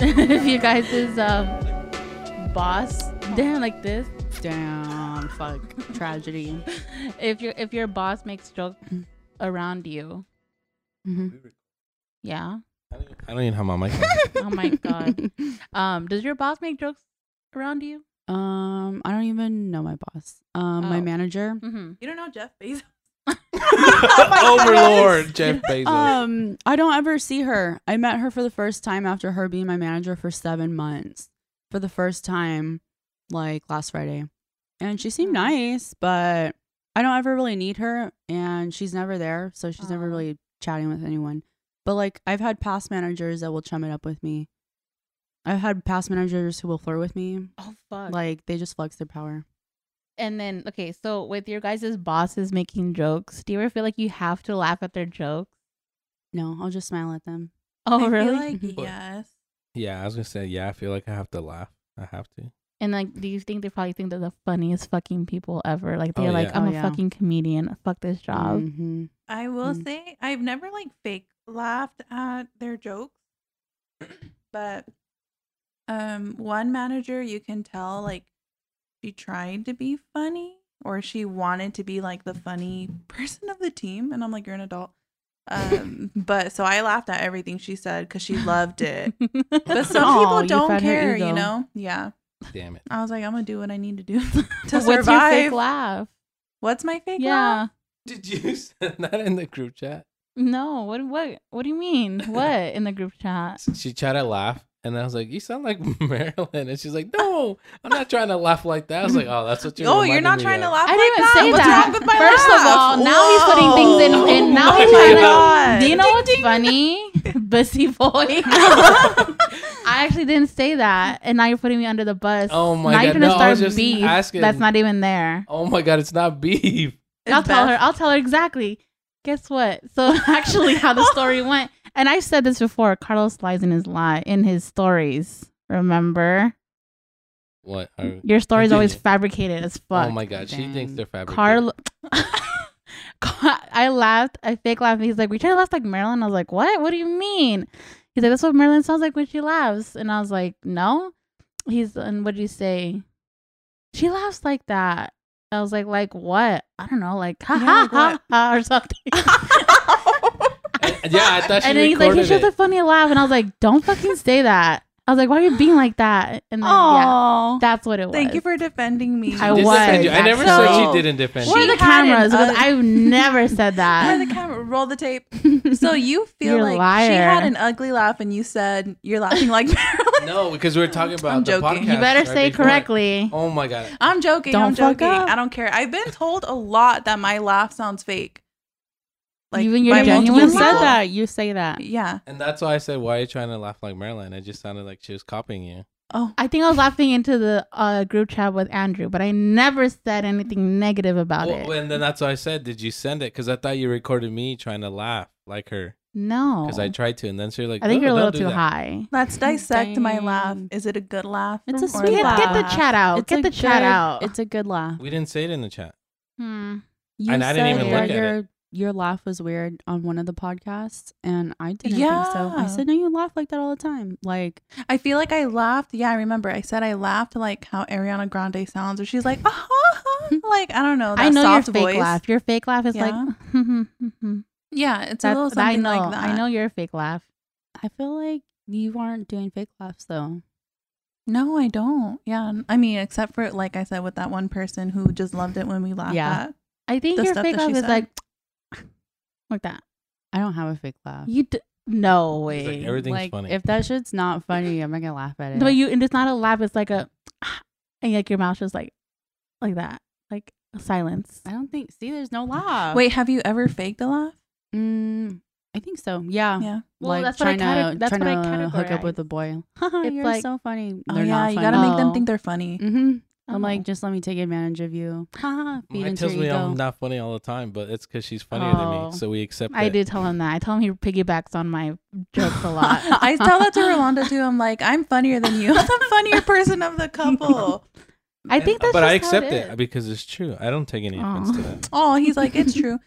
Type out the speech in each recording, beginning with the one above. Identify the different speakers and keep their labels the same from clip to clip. Speaker 1: Um, you guys' um, boss. Damn, like this. Damn, fuck, tragedy. If your if your boss makes jokes around you, Mm-hmm.
Speaker 2: Mhm.
Speaker 1: yeah.
Speaker 3: I don't even have my mic. on.
Speaker 1: Oh my God. Um, does your boss make jokes around you?
Speaker 2: um, I don't even know my boss. Um, my
Speaker 1: Oh.
Speaker 2: manager.
Speaker 1: Mm-hmm.
Speaker 4: You don't know Jeff Bezos.
Speaker 3: Overlord Jeff
Speaker 1: Uh,
Speaker 3: Bezos.
Speaker 2: Um, I don't ever see her. I met her for the first time after her being my manager for seven months. For the first time, like last Friday, and she
Speaker 1: Oh.
Speaker 2: seemed nice, but I don't ever really need her, and she's never there, so she's
Speaker 1: Aw.
Speaker 2: never really chatting with anyone. But like, I've had past managers that will chum it up with me. I've had past managers who will flirt with me.
Speaker 1: Oh fuck.
Speaker 2: Like they just flex their power.
Speaker 1: and then okay, so with your guys' bosses making jokes, do you ever feel like you have to laugh at their jokes?
Speaker 2: No, I'll just smile at them.
Speaker 1: Oh
Speaker 4: I feel
Speaker 1: really?
Speaker 4: like,
Speaker 3: What?
Speaker 4: yes.
Speaker 3: yeah, I was gonna say. Yeah, I feel like I have to laugh. I have to.
Speaker 1: and like, do you think they probably think they're the funniest fucking people ever? Like
Speaker 3: Oh,
Speaker 1: they're like,
Speaker 3: yeah. Mm.
Speaker 1: I'm
Speaker 2: Oh,
Speaker 1: a
Speaker 2: yeah.
Speaker 1: fucking comedian. Fuck this job.
Speaker 2: Mhm.
Speaker 4: I will
Speaker 2: Mm.
Speaker 4: say I've never like fake laughed at their jokes, but um, one manager you can tell like she tried to be funny or she wanted to be like the funny person of the team, and I'm like, you're an adult. Um, but so I laughed at everything she said because she loved it. But some
Speaker 2: Aw,
Speaker 4: people
Speaker 2: you
Speaker 4: don't
Speaker 2: found her
Speaker 4: care, you
Speaker 2: ego.
Speaker 4: know? Yeah.
Speaker 3: Damn it.
Speaker 4: I was like, I'm gonna do what I need to do to
Speaker 1: What's your
Speaker 4: survive.
Speaker 1: fake laugh?
Speaker 4: What's my fake
Speaker 1: Yeah.
Speaker 4: laugh?
Speaker 3: Did you send that in the group chat?
Speaker 1: No. What? What? What do you mean? What in the group chat?
Speaker 3: She tried to laugh, and I was like, "You sound like Marilyn," and she's like, "No, I'm not trying to laugh like that." I was like, "Oh, that's what you're."
Speaker 4: oh, you're
Speaker 3: reminding
Speaker 4: not
Speaker 3: me
Speaker 4: trying
Speaker 3: of.
Speaker 4: to laugh.
Speaker 1: I
Speaker 4: like
Speaker 1: didn't say
Speaker 4: What's
Speaker 1: that.
Speaker 4: wrong with my
Speaker 1: First of
Speaker 4: laugh?
Speaker 1: all, now he's putting things in- in- now
Speaker 4: Oh
Speaker 1: he's
Speaker 4: my
Speaker 1: trying to-
Speaker 4: God.
Speaker 1: Do you know what's funny, busy boy? I actually didn't say that, and now you're putting me under the bus.
Speaker 3: Oh my
Speaker 1: now
Speaker 3: God,
Speaker 1: You're gonna
Speaker 3: no, I
Speaker 1: start
Speaker 3: was just
Speaker 1: beef
Speaker 3: asking.
Speaker 1: That's not even there.
Speaker 3: Oh my god, it's not beef.
Speaker 4: It's
Speaker 1: I'll tell her.
Speaker 4: Beth.
Speaker 1: I'll tell her exactly. Guess what? So actually, how the story went, and I've said this before. Carlos lies in his lie in his stories. Remember,
Speaker 3: What? Are,
Speaker 1: your story's always
Speaker 3: Continue.
Speaker 1: fabricated as fuck.
Speaker 3: oh my god, she thinks
Speaker 2: Dang.
Speaker 3: they're fabricated.
Speaker 1: Carl. Ca- I laughed. I fake laughed. and He's like, "We try to laugh like Marilyn." I was like, "What? What do you mean?" He's like, "That's what Marilyn sounds like when she laughs." And I was like, "No." He's and what did you say? She laughs like that. I was like, "Like what? I don't know. Like ha
Speaker 4: Yeah,
Speaker 1: ha
Speaker 4: like
Speaker 1: ha,
Speaker 4: what?
Speaker 1: ha or something."
Speaker 3: And- yeah, I thought she
Speaker 1: and then he's like,
Speaker 3: recorded
Speaker 1: "He shows a
Speaker 3: it.
Speaker 1: funny laugh," and I was like, "Don't fucking say that." I was like, "Why are you being like that?" And then, yeah,
Speaker 4: Oh,
Speaker 1: that's what it was.
Speaker 4: thank you for defending me.
Speaker 1: I
Speaker 3: Didn't
Speaker 1: was.
Speaker 3: defend you. I never
Speaker 1: So-
Speaker 3: said she didn't defend
Speaker 1: Where
Speaker 3: you.
Speaker 1: are the
Speaker 4: She had an
Speaker 1: cameras? Because
Speaker 4: ug-
Speaker 1: I've never said
Speaker 4: Where
Speaker 1: that.
Speaker 4: the camera? Roll the tape. So you feel
Speaker 1: You're a
Speaker 4: like she
Speaker 1: liar.
Speaker 4: had an ugly laugh, and you said you're laughing like Marilyn.
Speaker 3: No, because we were talking about
Speaker 4: I'm
Speaker 3: the podcast
Speaker 4: joking.
Speaker 1: You better
Speaker 3: right
Speaker 1: say it
Speaker 3: before.
Speaker 1: correctly.
Speaker 3: Oh my god.
Speaker 4: I'm joking. I'm
Speaker 2: Don't fuck
Speaker 4: joking.
Speaker 2: up.
Speaker 4: I don't care. I've been told a lot that my laugh sounds fake.
Speaker 1: Even your
Speaker 4: by
Speaker 1: genuine
Speaker 4: multiple
Speaker 2: You
Speaker 1: Multiple
Speaker 2: said
Speaker 4: people.
Speaker 2: that. You say that.
Speaker 4: Yeah.
Speaker 3: And that's why I said, "Why are you trying to laugh like Marilyn?" It just sounded like she was copying you.
Speaker 4: Oh,
Speaker 1: I think I was laughing into the uh, group chat with Andrew, but I never said anything negative about it.
Speaker 3: Well, and then that's why I said, "Did you send it?" Because I thought you recorded me trying to laugh like her.
Speaker 1: no,
Speaker 3: Because I tried to, and then she was like,
Speaker 1: I think
Speaker 3: "No,
Speaker 1: you're a little
Speaker 3: don't do
Speaker 1: too
Speaker 3: that."
Speaker 1: high.
Speaker 4: let's dissect my laugh.
Speaker 2: Dang.
Speaker 4: Is it a good laugh?
Speaker 2: It's a
Speaker 4: or
Speaker 2: sweet
Speaker 1: Get,
Speaker 2: laugh.
Speaker 1: get the chat out.
Speaker 2: It's
Speaker 1: Oh, get
Speaker 2: a
Speaker 1: the chat
Speaker 2: good-
Speaker 1: out.
Speaker 2: It's a good laugh.
Speaker 3: We didn't say it in the chat.
Speaker 1: Hmm.
Speaker 2: You
Speaker 3: And I didn't
Speaker 2: said
Speaker 1: even
Speaker 2: that
Speaker 1: look at
Speaker 2: your, Your laugh was weird on one of the podcasts, and I didn't think so.
Speaker 4: Yeah.
Speaker 2: I said, "No, you laugh like that all the time." Like,
Speaker 4: I feel like I laughed. Yeah, I remember. I said I laughed like how Ariana Grande sounds, or she's like, ah, like I don't know. That
Speaker 1: I know your
Speaker 4: soft
Speaker 1: fake
Speaker 4: voice.
Speaker 1: laugh. Your fake laugh is
Speaker 4: Yeah.
Speaker 1: like, hmm, that's,
Speaker 4: Yeah, it's a little
Speaker 1: I
Speaker 4: something
Speaker 1: know.
Speaker 4: like that.
Speaker 1: I know your fake laugh.
Speaker 2: I feel like you aren't doing fake laughs though.
Speaker 4: No, I don't. Yeah, I mean, except for like I said with that one person who just loved it when we laughed.
Speaker 2: Yeah.
Speaker 4: at.
Speaker 1: I think
Speaker 4: The
Speaker 1: your
Speaker 4: stuff
Speaker 1: fake
Speaker 4: that
Speaker 1: laugh
Speaker 4: she
Speaker 1: is
Speaker 4: said.
Speaker 1: like, like that.
Speaker 2: I don't have a fake laugh.
Speaker 1: You d- no
Speaker 3: It's like
Speaker 1: way.
Speaker 3: everything's
Speaker 2: like,
Speaker 3: funny.
Speaker 2: if that shit's not funny, I'm not gonna laugh at it.
Speaker 1: No, you and it's not a laugh. It's like a, and like your mouth just like, like that, like silence.
Speaker 2: I don't think. See, there's no
Speaker 1: Oh.
Speaker 2: laugh.
Speaker 4: Wait, have you ever faked a laugh?
Speaker 2: Mm, I think so. Yeah.
Speaker 4: Yeah.
Speaker 1: Well,
Speaker 2: like
Speaker 1: that's what I
Speaker 2: trying
Speaker 1: cate-
Speaker 2: to
Speaker 1: that's
Speaker 2: trying
Speaker 1: what I
Speaker 2: to hook up with a boy. Haha,
Speaker 1: It's
Speaker 2: You're
Speaker 1: like-
Speaker 2: so funny.
Speaker 4: Oh
Speaker 2: They're
Speaker 4: yeah,
Speaker 2: not
Speaker 4: you
Speaker 2: funny.
Speaker 4: gotta make them
Speaker 1: Oh.
Speaker 4: think they're funny.
Speaker 2: Mm-hmm.
Speaker 1: Oh.
Speaker 2: I'm
Speaker 4: Uh-huh.
Speaker 2: like, just let me take advantage of you. Haha, feed
Speaker 3: Mike
Speaker 2: into
Speaker 3: tells
Speaker 2: your
Speaker 3: me I'm
Speaker 2: ego.
Speaker 3: not funny all the time, but it's because she's funnier than
Speaker 1: Oh.
Speaker 3: me, so we accept.
Speaker 1: I
Speaker 3: it.
Speaker 1: do tell him that. I tell him he piggybacks on my jokes a lot.
Speaker 4: I tell that to Rolanda too. I'm like, I'm funnier than you. I'm the funnier person of the couple.
Speaker 1: I think that's
Speaker 3: but I
Speaker 1: just how
Speaker 3: accept it,
Speaker 1: is.
Speaker 3: because it's true. I don't take any offense
Speaker 1: Aw.
Speaker 3: to that.
Speaker 4: Oh, he's like, it's true.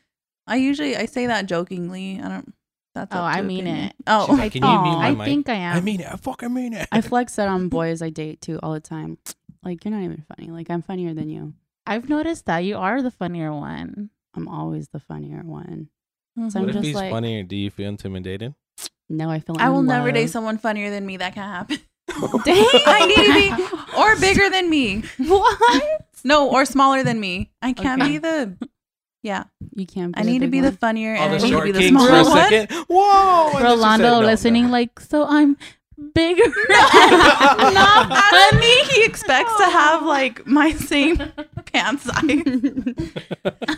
Speaker 4: I usually I say that jokingly. I don't. That's
Speaker 1: Oh,
Speaker 4: up
Speaker 1: I
Speaker 4: to
Speaker 1: mean
Speaker 4: opinion.
Speaker 1: it.
Speaker 4: Oh,
Speaker 3: She's like, Can you
Speaker 1: Aw,
Speaker 3: mute my
Speaker 1: I
Speaker 3: mic?
Speaker 1: think I am.
Speaker 3: I mean it. I fucking mean it.
Speaker 2: I flex that on boys I date too all the time. Like you're not even funny. Like I'm funnier than you.
Speaker 1: I've noticed that you are the funnier one.
Speaker 2: I'm always the funnier one.
Speaker 1: Mhm.
Speaker 2: I'm
Speaker 3: what if
Speaker 2: just
Speaker 3: he's
Speaker 2: like-
Speaker 3: funny and do you feel intimidated?
Speaker 2: No, I feel.
Speaker 4: I will never date
Speaker 2: unloved.
Speaker 4: someone funnier than me. That can't happen.
Speaker 2: Dang.
Speaker 4: I need to be or bigger than me.
Speaker 1: what?
Speaker 4: No, or smaller than me. I can't
Speaker 2: Okay.
Speaker 4: be the. Yeah,
Speaker 2: You can't. Be
Speaker 4: I need to
Speaker 2: big
Speaker 4: be
Speaker 2: one.
Speaker 4: the funnier.
Speaker 3: All
Speaker 4: and
Speaker 3: Oh, the
Speaker 4: I need to be
Speaker 3: short
Speaker 4: the
Speaker 3: kings for
Speaker 4: smaller
Speaker 3: a
Speaker 4: one.
Speaker 3: second. Whoa! and then she said,
Speaker 1: Rolando
Speaker 3: "No, no."
Speaker 1: listening like, so I'm bigger. and
Speaker 4: Not
Speaker 1: not
Speaker 4: out of
Speaker 1: funny.
Speaker 4: me. He expects to have like my same pants size.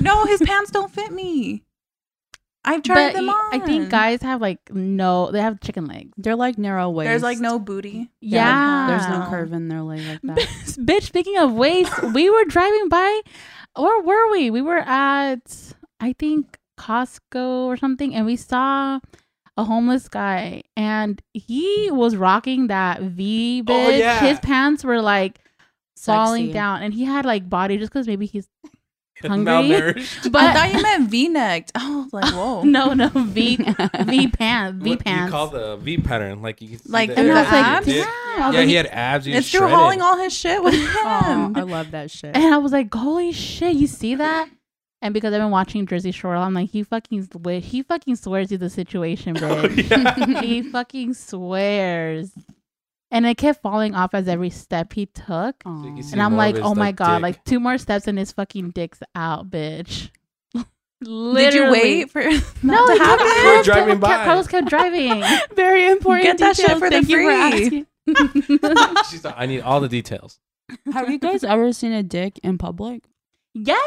Speaker 4: no, his pants don't fit me. I've tried
Speaker 1: But
Speaker 4: them
Speaker 1: y-
Speaker 4: on.
Speaker 1: I think guys have like no, they have chicken legs.
Speaker 2: They're like narrow waist.
Speaker 4: there's like no booty.
Speaker 1: Yeah.
Speaker 2: There's no
Speaker 4: Yeah.
Speaker 2: curve in their leg like that.
Speaker 1: Bitch, speaking of waist, we were driving by, where were we? We were at, I think, Costco or something, and we saw a homeless guy, and he was rocking that V bitch.
Speaker 3: Oh, yeah.
Speaker 1: His pants were like falling
Speaker 2: Sexy.
Speaker 1: down, and he had like body just because maybe he's, Hungry?
Speaker 3: Malnourished.
Speaker 4: I
Speaker 1: but
Speaker 4: thought you meant V-necked. Oh, I was like whoa.
Speaker 1: no, no, V, V pants, V
Speaker 3: What
Speaker 1: pants.
Speaker 3: You call the V pattern, like you can see
Speaker 4: Like
Speaker 3: the
Speaker 1: and I was
Speaker 3: abs
Speaker 1: like,
Speaker 4: abs?
Speaker 3: in your
Speaker 1: damn.
Speaker 3: dick.
Speaker 1: I was
Speaker 3: Yeah,
Speaker 1: like-
Speaker 3: he had abs. He was
Speaker 4: It's through
Speaker 3: shredded.
Speaker 4: hauling all his shit with him.
Speaker 2: Aw,
Speaker 1: uh,
Speaker 2: I love that shit.
Speaker 1: And I was like, holy shit, you see that? And because I've been watching Jersey Shore, I'm like, he fucking swear, he fucking swears you the situation,
Speaker 3: Oh,
Speaker 1: bitch.
Speaker 3: yeah.
Speaker 1: he fucking swears. And it kept falling off as every step he took.
Speaker 2: Aw.
Speaker 3: you see-
Speaker 1: And I'm
Speaker 3: more of
Speaker 1: like,
Speaker 3: his,
Speaker 1: oh my
Speaker 3: like,
Speaker 1: god,
Speaker 3: dick.
Speaker 1: like two more steps and his fucking dick's out, bitch.
Speaker 4: Did you
Speaker 1: Literally.
Speaker 4: wait for
Speaker 1: No,
Speaker 4: to
Speaker 1: he kept-
Speaker 3: You
Speaker 4: happen?
Speaker 3: were
Speaker 1: Carlos
Speaker 3: driving
Speaker 1: kept-
Speaker 3: by.
Speaker 1: Carlos kept driving.
Speaker 2: Very important.
Speaker 4: Get that shit for the free.
Speaker 3: She's like, I need all the details.
Speaker 2: Have you guys ever seen a dick in public?
Speaker 1: yes,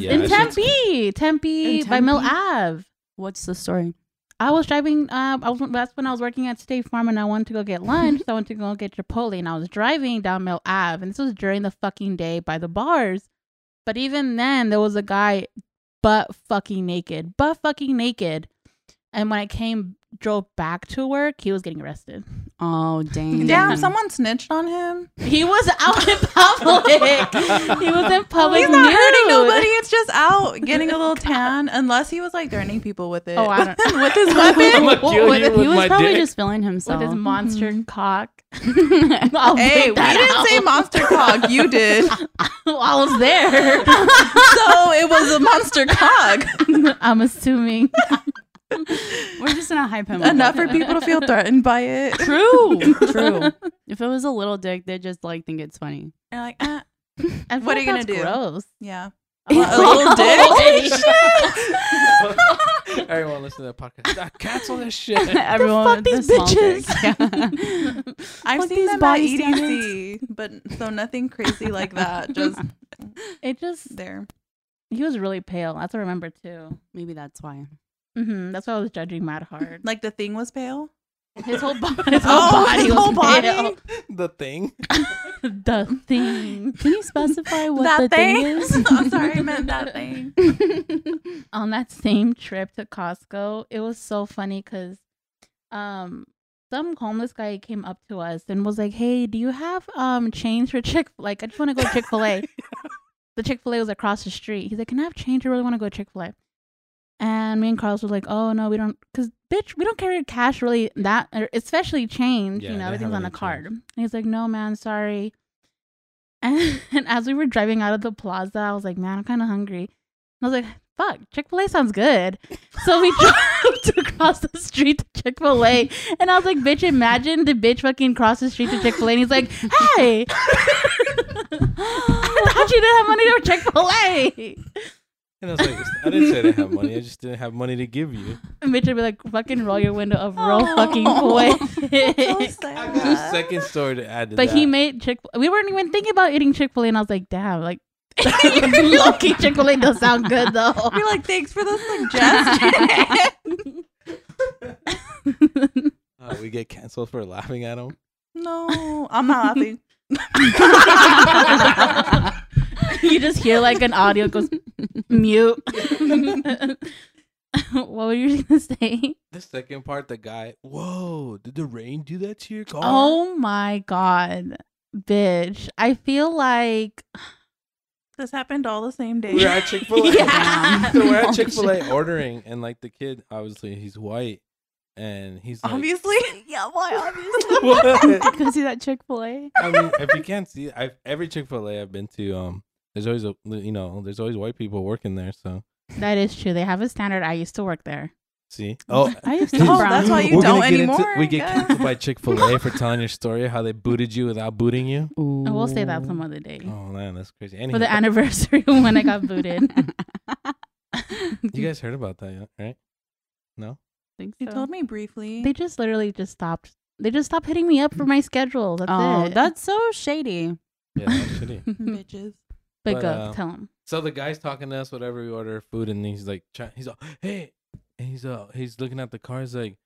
Speaker 3: Yeah,
Speaker 1: in
Speaker 3: that shit's-
Speaker 1: Tempe, Tempe
Speaker 2: In
Speaker 1: by Mill
Speaker 2: Tempe?
Speaker 1: Ave.
Speaker 2: What's the story?
Speaker 1: I was driving. Um, I was, that's when I was working at State Farm, and I wanted to go get lunch. so I went to go get Chipotle, and I was driving down Mill Ave, and this was during the fucking day by the bars. But even then, there was a guy, butt fucking naked, butt fucking naked. And when I came, drove back to work, he was getting arrested.
Speaker 2: Oh, dang.
Speaker 4: Damn, someone snitched on him.
Speaker 1: He was out in public. he was in public.
Speaker 4: He's not hurting
Speaker 1: nude.
Speaker 4: nobody. It's just out getting a little tan, unless he was like threatening people with it.
Speaker 1: Oh, I don't
Speaker 4: with his weapon.
Speaker 3: I'ma kill
Speaker 2: With-
Speaker 3: you
Speaker 2: he
Speaker 3: with
Speaker 2: was
Speaker 3: my
Speaker 2: probably
Speaker 3: dick.
Speaker 2: just feeling himself.
Speaker 1: With his monster cock.
Speaker 2: oh,
Speaker 1: I'll
Speaker 4: Oh. Mm-hmm. Hey,
Speaker 1: bleep
Speaker 4: we
Speaker 1: that
Speaker 4: didn't
Speaker 1: out.
Speaker 4: say monster cock. You did.
Speaker 1: I was there.
Speaker 4: So it was a monster cock.
Speaker 1: I'm assuming.
Speaker 2: we're just in a hype him.
Speaker 4: Enough for people to feel threatened by it.
Speaker 2: True. True. If it was a little dick, they just like think it's funny.
Speaker 4: And like, ah,
Speaker 1: I feel
Speaker 4: What are
Speaker 1: like
Speaker 4: you gonna
Speaker 1: that's
Speaker 4: do?
Speaker 1: Gross.
Speaker 4: yeah.
Speaker 1: A
Speaker 4: He's
Speaker 1: lot-
Speaker 4: like, "Holy
Speaker 3: Everyone listen to that podcast. Ah, cancel this shit.
Speaker 2: Everyone,
Speaker 1: fuck these
Speaker 2: the small
Speaker 1: bitches?
Speaker 2: dicks, yeah.
Speaker 4: I've
Speaker 1: Fuck
Speaker 4: seen
Speaker 1: these
Speaker 4: them at
Speaker 1: body
Speaker 4: EDC, but so nothing crazy like that. Just
Speaker 1: It just
Speaker 4: there.
Speaker 1: he was really pale. That's what I remember too.
Speaker 2: Maybe that's why.
Speaker 1: hmm That's why I was judging Matt hard.
Speaker 4: Like the thing was pale.
Speaker 1: His whole body, his whole
Speaker 4: Oh,
Speaker 1: body,
Speaker 4: his
Speaker 1: was
Speaker 4: whole body?
Speaker 1: pale.
Speaker 3: the thing.
Speaker 1: The thing
Speaker 2: Can you specify what
Speaker 4: that
Speaker 2: the
Speaker 4: thing.
Speaker 2: thing is?
Speaker 4: I'm sorry, I meant that thing.
Speaker 1: on that same trip to Costco, it was so funny because um some homeless guy came up to us and was like, "Hey, do you have um change for Chick? Like, I just want to go Chick Fil A." the Chick Fil A was across the street. He's like, "Can I have change? I really want to go Chick Fil A." And me and Carlos were like, "Oh no, we don't, cause bitch, we don't carry cash really that, or especially change.
Speaker 3: Yeah,
Speaker 1: you
Speaker 3: they
Speaker 1: know, everything's
Speaker 3: have
Speaker 1: on a
Speaker 3: any
Speaker 1: card."
Speaker 3: change.
Speaker 1: And he's like, "No, man, sorry." And, and as we were driving out of the plaza, I was like, "Man, I'm kind of hungry." And I was like, "Fuck, Chick Fil A sounds good." So we drove across the street to Chick Fil A, and I was like, "Bitch, imagine the bitch fucking cross the street to Chick Fil A." And he's like, "Hey." I thought you didn't have money to Chick Fil A.
Speaker 3: And I was like, I didn't say I didn't have money. I just didn't have money to give you.
Speaker 1: And Mitch would be like, "Fucking roll your window up, real
Speaker 4: Aw. So
Speaker 1: fucking quick."
Speaker 3: I
Speaker 4: sad.
Speaker 3: got a second story to add to
Speaker 1: But
Speaker 3: that.
Speaker 1: he made Chick. We weren't even thinking about eating Chick Fil A, and I was like, "Damn, like." Loki Chick Fil A does sound good though.
Speaker 4: You're like, thanks for the suggestion.
Speaker 3: Uh, we get canceled for laughing at him.
Speaker 4: no, I'm not laughing.
Speaker 1: you just hear like an audio goes mute. what were you gonna say?
Speaker 3: The second part, the guy, whoa, did the rain do that to your car?
Speaker 1: Oh my god, bitch! I feel like
Speaker 4: This happened all the same day.
Speaker 3: We were at Chick Fil A.
Speaker 1: Yeah.
Speaker 3: So we're at
Speaker 1: Oh,
Speaker 3: Chick Fil A
Speaker 1: shit.
Speaker 3: ordering, and like the kid, obviously he's white, and he's like,
Speaker 4: Obviously.
Speaker 2: yeah, why obviously?
Speaker 3: What?
Speaker 2: Go see that Chick Fil A.
Speaker 3: I mean, if you can't see, I've every Chick Fil A I've been to, um, there's always a you know, there's always white people working there. So
Speaker 1: That is true. They have a standard. I used to work there.
Speaker 3: see, oh,
Speaker 2: I used
Speaker 3: to- Oh,
Speaker 4: that's why you
Speaker 3: we're gonna
Speaker 4: don't
Speaker 3: get
Speaker 4: anymore,
Speaker 3: Into, we get
Speaker 4: guys.
Speaker 3: canceled by Chick Fil A for telling your story how they booted you without booting you.
Speaker 1: I will say that some other day
Speaker 3: Oh man, that's crazy. Anyway,
Speaker 1: Mm. for the anniversary when I got booted.
Speaker 3: you guys heard about that, yeah, right? No,
Speaker 2: think
Speaker 4: You told me briefly.
Speaker 1: They just literally just stopped. They just stopped hitting me up for my schedule. That's
Speaker 2: oh,
Speaker 1: it.
Speaker 2: that's so shady.
Speaker 3: yeah, that's shitty.
Speaker 1: but,
Speaker 4: bitches.
Speaker 3: But,
Speaker 1: go
Speaker 3: uh,
Speaker 1: tell him.
Speaker 3: So the guy's talking to us, whatever we order food, and he's like, try- he's all, hey, and he's uh, he's looking at the car. He's like,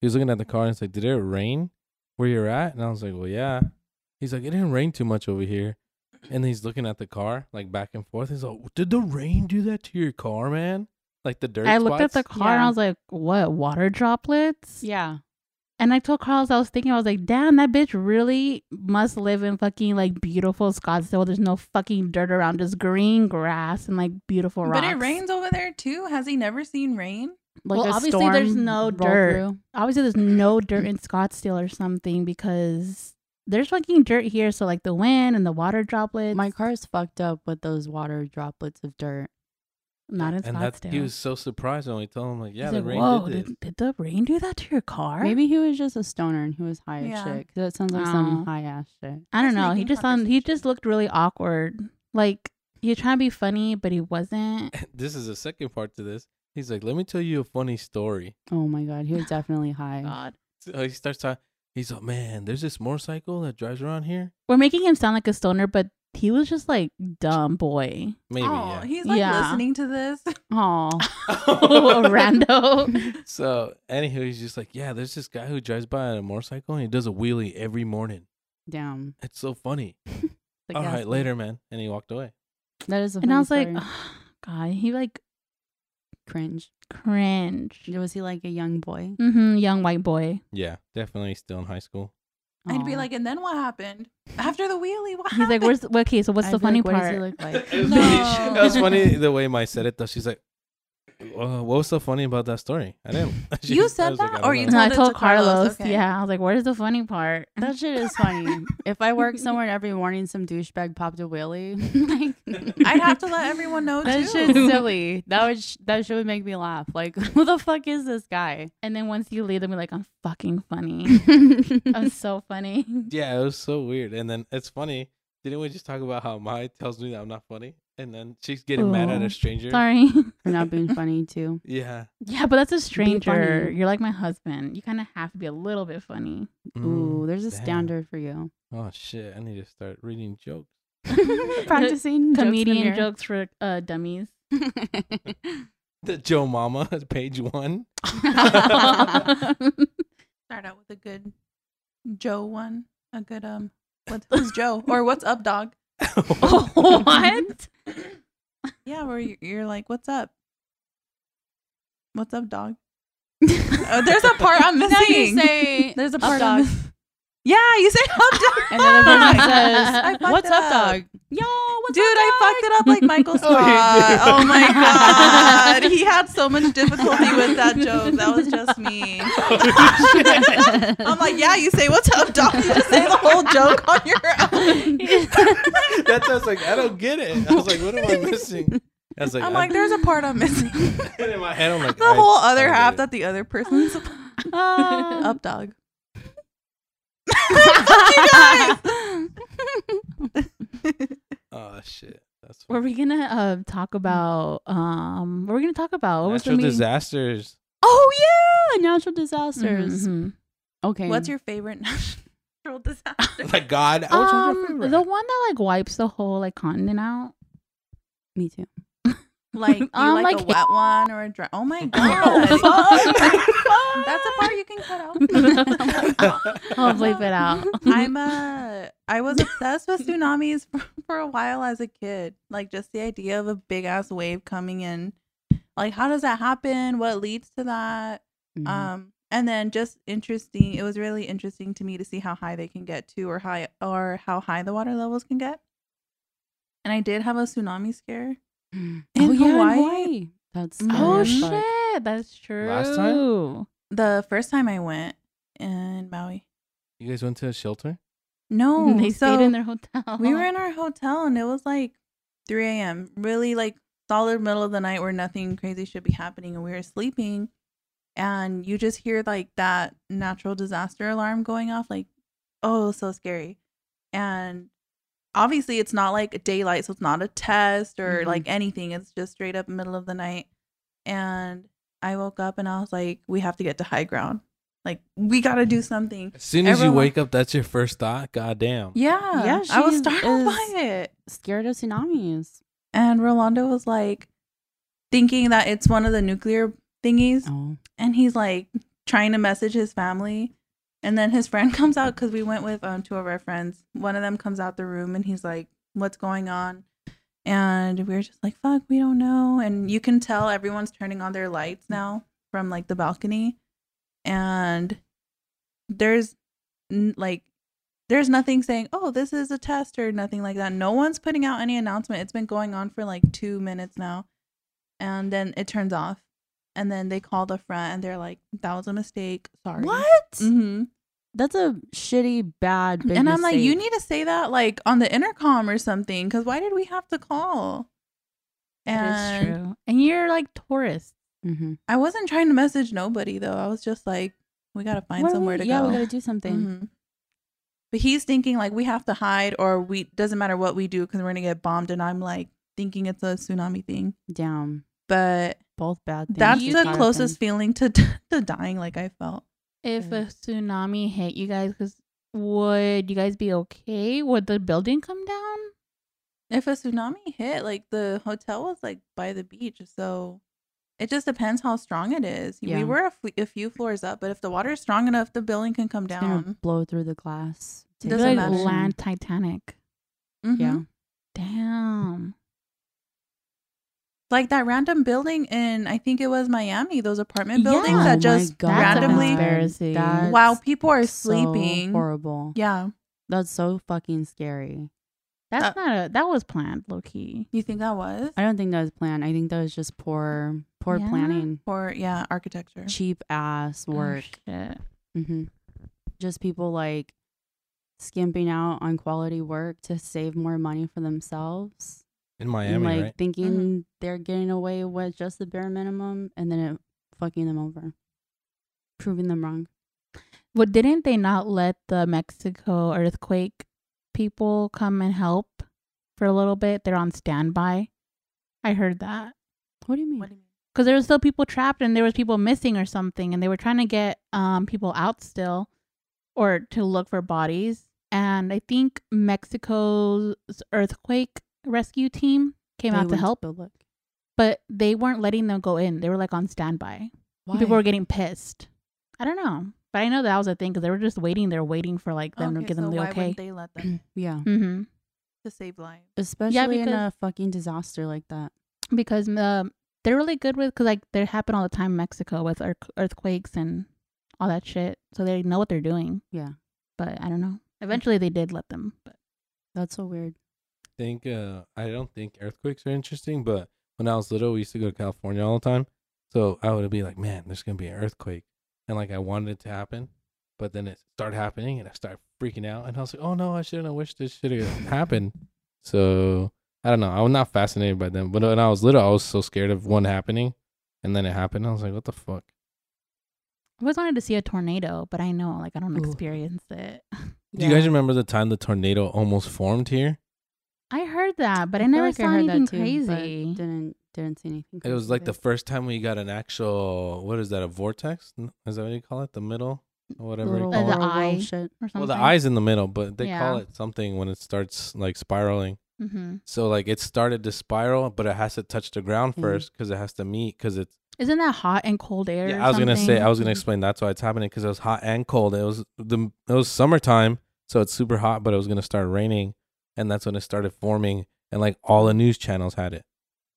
Speaker 3: he was looking at the car and he's like, did it rain where you're at? And I was like, well, yeah. He's like, it didn't rain too much over here. And he's looking at the car, like back and forth. He's like, did the rain do that to your car, man? Like the dirt.
Speaker 1: I looked at the
Speaker 3: spots?
Speaker 1: car and I was like, "What water droplets?"
Speaker 2: Yeah.
Speaker 1: And I told Carlos I was thinking I was like, "Damn, that bitch really must live in fucking like beautiful Scottsdale. There's no fucking dirt around, just green grass and like beautiful rocks."
Speaker 4: But it rains over there too. Has he never seen rain?
Speaker 1: Like
Speaker 2: Well,
Speaker 1: a
Speaker 2: obviously
Speaker 1: storm
Speaker 2: there's no
Speaker 1: rolled
Speaker 2: dirt.
Speaker 1: through. Obviously, there's no dirt in Scottsdale or something because there's fucking dirt here. So like the wind and the water droplets.
Speaker 2: My car's fucked up with those water droplets of dirt.
Speaker 1: not in
Speaker 3: and
Speaker 1: Scottsdale.
Speaker 3: that, he was so surprised when we told him, like, yeah,
Speaker 1: He's
Speaker 3: the
Speaker 1: like,
Speaker 3: rain
Speaker 1: Whoa,
Speaker 3: did this.
Speaker 1: did, did the rain do that to your car?
Speaker 2: Maybe he was just a stoner and he was high as
Speaker 4: Yeah.
Speaker 2: shit. 'cause that sounds like some
Speaker 1: Oh.
Speaker 2: high ass shit.
Speaker 1: I don't
Speaker 4: Just
Speaker 1: know. He
Speaker 4: making
Speaker 1: just sounded, he just
Speaker 4: conversation.
Speaker 1: looked really awkward. Like he was trying to be funny, but he wasn't.
Speaker 3: This is the second part to this. He's like, let me tell you a funny story.
Speaker 2: Oh my god, he was definitely high.
Speaker 1: God,
Speaker 3: So he starts talking. He's like, man, there's this motorcycle that drives around here.
Speaker 1: we're making him sound like a stoner, but he was just like dumb boy.
Speaker 3: Maybe,
Speaker 4: oh,
Speaker 3: yeah.
Speaker 4: he's like
Speaker 1: Yeah.
Speaker 4: listening to this.
Speaker 2: Oh,
Speaker 1: Oh, a rando.
Speaker 3: So, anywho, he's just like, yeah, there's this guy who drives by on a motorcycle and he does a wheelie every morning.
Speaker 2: damn.
Speaker 3: It's so funny.
Speaker 2: Like,
Speaker 3: All
Speaker 2: that's-
Speaker 3: right, later, man. And he walked away.
Speaker 2: That is a
Speaker 1: And I
Speaker 2: funny
Speaker 1: was like,
Speaker 2: story.
Speaker 1: "Ugh, God, he like
Speaker 2: cringe.
Speaker 1: cringe.
Speaker 2: Was he like a young boy?
Speaker 1: hmm young white boy.
Speaker 3: Yeah, definitely still in high school.
Speaker 4: I'd be
Speaker 2: Aw.
Speaker 4: like, and then what happened after the wheelie? What
Speaker 1: He's like,
Speaker 4: happened?"
Speaker 1: where's okay? So what's
Speaker 2: I'd
Speaker 1: the
Speaker 2: be
Speaker 1: funny
Speaker 2: like,
Speaker 1: part?
Speaker 2: What does he look like?
Speaker 3: it, was
Speaker 4: No.
Speaker 3: funny, it was funny the way Mai said it, though. She's like, "Uh, what was so funny about that story? I didn't. She-
Speaker 4: You
Speaker 3: I
Speaker 4: said
Speaker 3: was like,
Speaker 4: that?
Speaker 3: "I don't
Speaker 4: Or you
Speaker 3: know."
Speaker 1: no, I
Speaker 4: told it
Speaker 1: told
Speaker 4: to Carlos,
Speaker 1: Carlos.
Speaker 4: okay.
Speaker 1: Yeah, I was like, "Where's the funny part?"
Speaker 2: That shit is funny. if I worked somewhere and every morning some douchebag popped a wheelie, like
Speaker 4: I'd have to let everyone know
Speaker 2: That
Speaker 4: too.
Speaker 2: shit's silly. That would sh- that shit would make me laugh. Like, who the fuck is this guy?
Speaker 1: And then once you leave, they'll be like, "I'm fucking funny.
Speaker 2: I
Speaker 1: I'm so funny."
Speaker 3: Yeah, it was so weird. And then it's funny. Didn't we just talk about how Mai tells me that I'm not funny? And then she's getting mad at
Speaker 1: Oh,
Speaker 3: a stranger.
Speaker 1: Sorry.
Speaker 2: For not being funny too.
Speaker 3: Yeah.
Speaker 1: Yeah, but that's a
Speaker 2: funny.
Speaker 1: stranger. You're like my husband. You kind of have to be a little bit funny.
Speaker 2: Ooh,
Speaker 3: Mm.
Speaker 2: there's a
Speaker 3: damn.
Speaker 2: standard for you.
Speaker 3: Oh shit! I need to start reading jokes.
Speaker 2: Practicing
Speaker 1: Comedian
Speaker 2: jokes
Speaker 1: jokes for uh, dummies.
Speaker 2: in the mirror.
Speaker 3: The Joe Mama, page one.
Speaker 1: Joe
Speaker 4: Start out with a good Joe one. A good um. What's, who's Joe? Or what's up, dog?
Speaker 1: what?
Speaker 4: Yeah, where you- you're like, what's up? What's up, dog? Oh, there's a part I'm
Speaker 2: Now you
Speaker 4: missing.
Speaker 2: say
Speaker 4: there's a
Speaker 2: "Up,
Speaker 4: part I'm
Speaker 2: dog,"
Speaker 4: miss- Yeah, you say up, dog.
Speaker 2: and then the person
Speaker 1: I
Speaker 2: says,
Speaker 4: fucked
Speaker 2: "What's
Speaker 4: it
Speaker 2: up,
Speaker 4: up.
Speaker 2: dog?" Yo, what's
Speaker 4: Dude, I fucked it up like Michael
Speaker 3: Oh, you
Speaker 4: Scott.
Speaker 3: did.
Speaker 4: Oh, my god, he had so much difficulty with that joke. That was just me. I'm like, yeah, you say what's up, dog. You just say the whole joke on your own.
Speaker 3: That's I was like, I don't get it. I was like, what am I missing? I was like,
Speaker 4: I'm like, there's a part I'm missing.
Speaker 3: in my head, I'm like,
Speaker 4: The
Speaker 3: I-
Speaker 4: whole
Speaker 3: I
Speaker 4: other
Speaker 3: don't
Speaker 4: half
Speaker 3: get
Speaker 4: that the other person's
Speaker 2: Um,
Speaker 1: Um,
Speaker 4: up, dog.
Speaker 3: it. Oh shit! That's
Speaker 1: Were we gonna uh, talk about um? What were we gonna talk about? What was the
Speaker 3: natural
Speaker 1: meeting?
Speaker 3: disasters.
Speaker 2: oh yeah, natural disasters.
Speaker 1: Mhm.
Speaker 2: Mm-hmm. Okay,
Speaker 4: What's your favorite natural disaster?
Speaker 3: Like God, I was
Speaker 1: Um, the one that like wipes the whole like continent out.
Speaker 2: me too?
Speaker 4: Like, do you
Speaker 1: Um,
Speaker 4: like, a
Speaker 1: like-
Speaker 4: wet one or a dry? Oh my god,
Speaker 1: Oh, fuck.
Speaker 4: that's a part you can cut out. uh,
Speaker 1: I'll bleep it out.
Speaker 4: Oh, I'm a. I was obsessed with tsunamis for, for a while as a kid. Like just the idea of a big ass wave coming in. Like how does that happen? What leads to that?
Speaker 2: Mhm.
Speaker 4: Um, and then just interesting. It was really interesting to me to see how high they can get to, or high, or how high the water levels can get. And I did have a tsunami scare.
Speaker 2: In Mm-hmm. Oh,
Speaker 4: Hawaii?
Speaker 2: That's
Speaker 1: Oh
Speaker 2: scary as fuck.
Speaker 1: shit, that's true.
Speaker 3: Last time?
Speaker 4: the first time I went in Maui.
Speaker 3: You guys went to a shelter?
Speaker 4: No,
Speaker 1: they
Speaker 4: Oh, so
Speaker 1: stayed in their hotel.
Speaker 2: Uh-huh.
Speaker 4: we were in our hotel and it was like 3 a.m. Really like solid middle of the night where nothing crazy should be happening, and we were sleeping. And you just hear like that natural disaster alarm going off, like, oh, so scary. And obviously, it's not like daylight, so it's not a test or
Speaker 2: Mhm.
Speaker 4: like anything. It's just straight up middle of the night. And I woke up and I was like, we have to get to high ground. Like, we got to do
Speaker 2: Mm.
Speaker 4: something.
Speaker 3: As soon as you
Speaker 4: Everyone-
Speaker 3: wake up, that's your first thought. God damn.
Speaker 4: Yeah.
Speaker 2: Yeah,
Speaker 4: I was
Speaker 2: she
Speaker 4: startled by
Speaker 2: is-
Speaker 4: it.
Speaker 2: Scared of tsunamis.
Speaker 4: And Rolando was like thinking that it's one of the nuclear thingies.
Speaker 2: Oh.
Speaker 4: And he's like trying to message his family. And then his friend comes out because we went with um, two of our friends. One of them comes out the room and he's like, What's going on? And we were just like, Fuck, we don't know. And you can tell everyone's turning on their lights now from like the balcony. And there's n- like there's nothing saying oh this is a test or nothing like that no one's putting out any announcement it's been going on for like two minutes now and then it turns off and then they call the front and they're like that was a mistake sorry
Speaker 2: What?
Speaker 4: hmm
Speaker 2: Mm-hmm. That's a shitty, bad. Big
Speaker 4: and i'm like you
Speaker 2: mistake.
Speaker 4: need to say that like on the intercom or something because why did we have to call
Speaker 1: That
Speaker 4: and
Speaker 1: is true. And you're like tourists.
Speaker 2: Mhm.
Speaker 4: i wasn't trying to message nobody though i was just like we gotta find
Speaker 2: What do
Speaker 4: somewhere
Speaker 2: we-
Speaker 4: to
Speaker 2: yeah,
Speaker 4: go
Speaker 2: we gotta do something.
Speaker 4: Mhm. But he's thinking like we have to hide or we doesn't matter what we do because we're gonna get bombed. And I'm like thinking it's a tsunami thing.
Speaker 2: Damn.
Speaker 4: But
Speaker 2: Both bad things.
Speaker 4: that's
Speaker 2: You
Speaker 4: the
Speaker 2: gotta
Speaker 4: closest
Speaker 2: think.
Speaker 4: feeling to to dying like I felt.
Speaker 1: If
Speaker 2: Yeah.
Speaker 1: a tsunami hit you guys, because would you guys be okay? Would the building come down?
Speaker 4: If a tsunami hit, like the hotel was like by the beach, so it just depends how strong it is.
Speaker 2: Yeah.
Speaker 4: We were a f- a few floors up, but if the water is strong enough, the building can come
Speaker 2: It's gonna
Speaker 4: down.
Speaker 2: blow through the glass.
Speaker 4: It
Speaker 2: Take
Speaker 1: It'd be
Speaker 4: doesn't
Speaker 1: like
Speaker 4: matter.
Speaker 1: land Titanic.
Speaker 4: Mhm.
Speaker 2: Yeah.
Speaker 1: Damn.
Speaker 4: like that random building in I think it was Miami, those apartment buildings
Speaker 1: Yeah.
Speaker 2: Oh my
Speaker 4: that just
Speaker 2: God.
Speaker 4: randomly
Speaker 1: Embarrassing.
Speaker 2: That's
Speaker 4: while people are
Speaker 2: so
Speaker 4: sleeping.
Speaker 2: horrible.
Speaker 4: Yeah.
Speaker 2: That's so fucking scary.
Speaker 1: That's
Speaker 2: Uh,
Speaker 4: That-
Speaker 1: not a. That was planned, low key.
Speaker 4: You think that was?
Speaker 2: I don't think that was planned. I think that was just poor, poor
Speaker 1: Yeah.
Speaker 2: planning,
Speaker 4: Or yeah, architecture.
Speaker 2: cheap ass
Speaker 1: Oh,
Speaker 2: work.
Speaker 1: shit.
Speaker 2: hmm Just people like skimping out on quality work to save more money for themselves.
Speaker 3: In
Speaker 2: and,
Speaker 3: Miami,
Speaker 2: like
Speaker 4: Mm-hmm.
Speaker 3: right?
Speaker 2: thinking they're getting away with just the bare minimum and then it fucking them over, proving them wrong.
Speaker 1: Well, didn't they not let the Mexico earthquake people come and help for a little bit? They're on standby. I heard that.
Speaker 2: What do you mean?
Speaker 4: What do you mean?
Speaker 1: because there were still people trapped and there was people missing or something and they were trying to get um people out still or to look for bodies and i think mexico's earthquake rescue team came
Speaker 2: They
Speaker 1: out to
Speaker 2: went
Speaker 1: help
Speaker 2: go look.
Speaker 1: but they weren't letting them go in they were like on standby
Speaker 2: Why?
Speaker 1: people were getting pissed i don't know but i know that was a thing because they were just waiting there waiting for like them to
Speaker 4: Okay,
Speaker 1: give
Speaker 4: so
Speaker 1: them the
Speaker 4: why
Speaker 1: okay
Speaker 4: wouldn't they let them
Speaker 2: yeah,
Speaker 1: hmm
Speaker 4: to save lives?
Speaker 2: especially in
Speaker 1: because-
Speaker 2: a fucking disaster like that.
Speaker 1: because um, they're really good with because like they happen all the time in Mexico with earth- earthquakes and all that shit, so they know what they're doing.
Speaker 2: Yeah.
Speaker 1: but I don't know. Eventually, they did let them. But
Speaker 2: That's so weird.
Speaker 3: think uh I don't think earthquakes are interesting, but when I was little we used to go to California all the time. So I would be like, Man, there's gonna be an earthquake and like I wanted it to happen, but then it started happening and I started freaking out and I was like, Oh no, I shouldn't have wished this should have happened. So I don't know. I was not fascinated by them. But when I was little I was so scared of one happening and then it happened. I was like, What the fuck?
Speaker 1: I always wanted to see a tornado, but I know like I don't
Speaker 2: Ooh.
Speaker 1: experience it.
Speaker 3: Do you guys remember the time the tornado almost formed here?
Speaker 1: I heard that, but I,
Speaker 2: feel
Speaker 1: never
Speaker 2: like
Speaker 1: saw
Speaker 2: heard that
Speaker 1: anything
Speaker 2: too, but
Speaker 1: crazy.
Speaker 2: Didn't didn't see anything.
Speaker 3: It was
Speaker 2: crazy
Speaker 3: like
Speaker 2: of
Speaker 3: the first time we got an actual what is that a vortex? N- Is that what you call it? The middle, or whatever. You
Speaker 2: Little
Speaker 1: Uh,
Speaker 3: call
Speaker 1: the
Speaker 3: it.
Speaker 2: whirlwind
Speaker 1: eye.
Speaker 2: shit.
Speaker 1: Or something.
Speaker 3: Well, the eye's in the middle, but they call
Speaker 1: Yeah.
Speaker 3: it something when it starts like spiraling.
Speaker 1: hmm
Speaker 3: So like it started to spiral, but it has to touch the ground
Speaker 1: Mm.
Speaker 2: Mhm.
Speaker 3: first because it has to meet because it's.
Speaker 1: Isn't that hot and cold air?
Speaker 3: Yeah,
Speaker 1: or
Speaker 3: I was gonna say
Speaker 1: something?
Speaker 3: I was gonna explain that's why it's happening because it was hot and cold. It was the it was summertime, so it's super hot, but it was gonna start raining, and that's when it started forming, and like all the news channels had it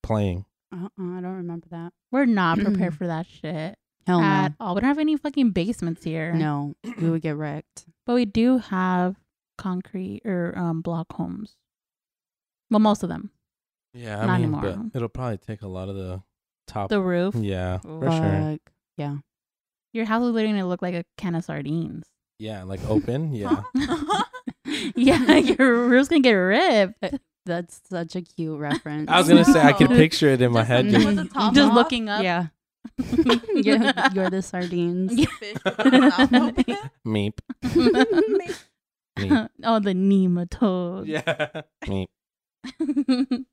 Speaker 3: playing.
Speaker 2: Uh-uh, I don't remember that.
Speaker 1: We're not prepared for that shit
Speaker 2: Hell
Speaker 1: at all. We don't have any fucking basements here.
Speaker 2: Oh, no. No, we would get wrecked.
Speaker 1: But we do have concrete or um, block homes. Well, most of them.
Speaker 3: Yeah, I
Speaker 1: Not
Speaker 3: mean,
Speaker 1: anymore.
Speaker 3: but it'll probably take a lot of the top.
Speaker 1: The roof.
Speaker 3: yeah, for sure.
Speaker 2: Fuck. Yeah.
Speaker 1: Your house is literally gonna look like a can of sardines.
Speaker 3: Yeah, like open. Yeah.
Speaker 1: yeah, your roof's gonna get ripped.
Speaker 2: That's such a cute reference.
Speaker 3: I was gonna say I could
Speaker 4: No.
Speaker 3: picture it in my
Speaker 4: Just
Speaker 3: head.
Speaker 1: something
Speaker 3: Just,
Speaker 1: with
Speaker 4: the top
Speaker 1: Just
Speaker 4: off?
Speaker 1: looking up.
Speaker 2: Yeah. you're,
Speaker 1: Yeah.
Speaker 2: you're the sardines.
Speaker 4: The fish with the mouth open.
Speaker 3: meep,
Speaker 4: Maybe.
Speaker 3: meep.
Speaker 1: oh, the nematode.
Speaker 3: Yeah. Meep.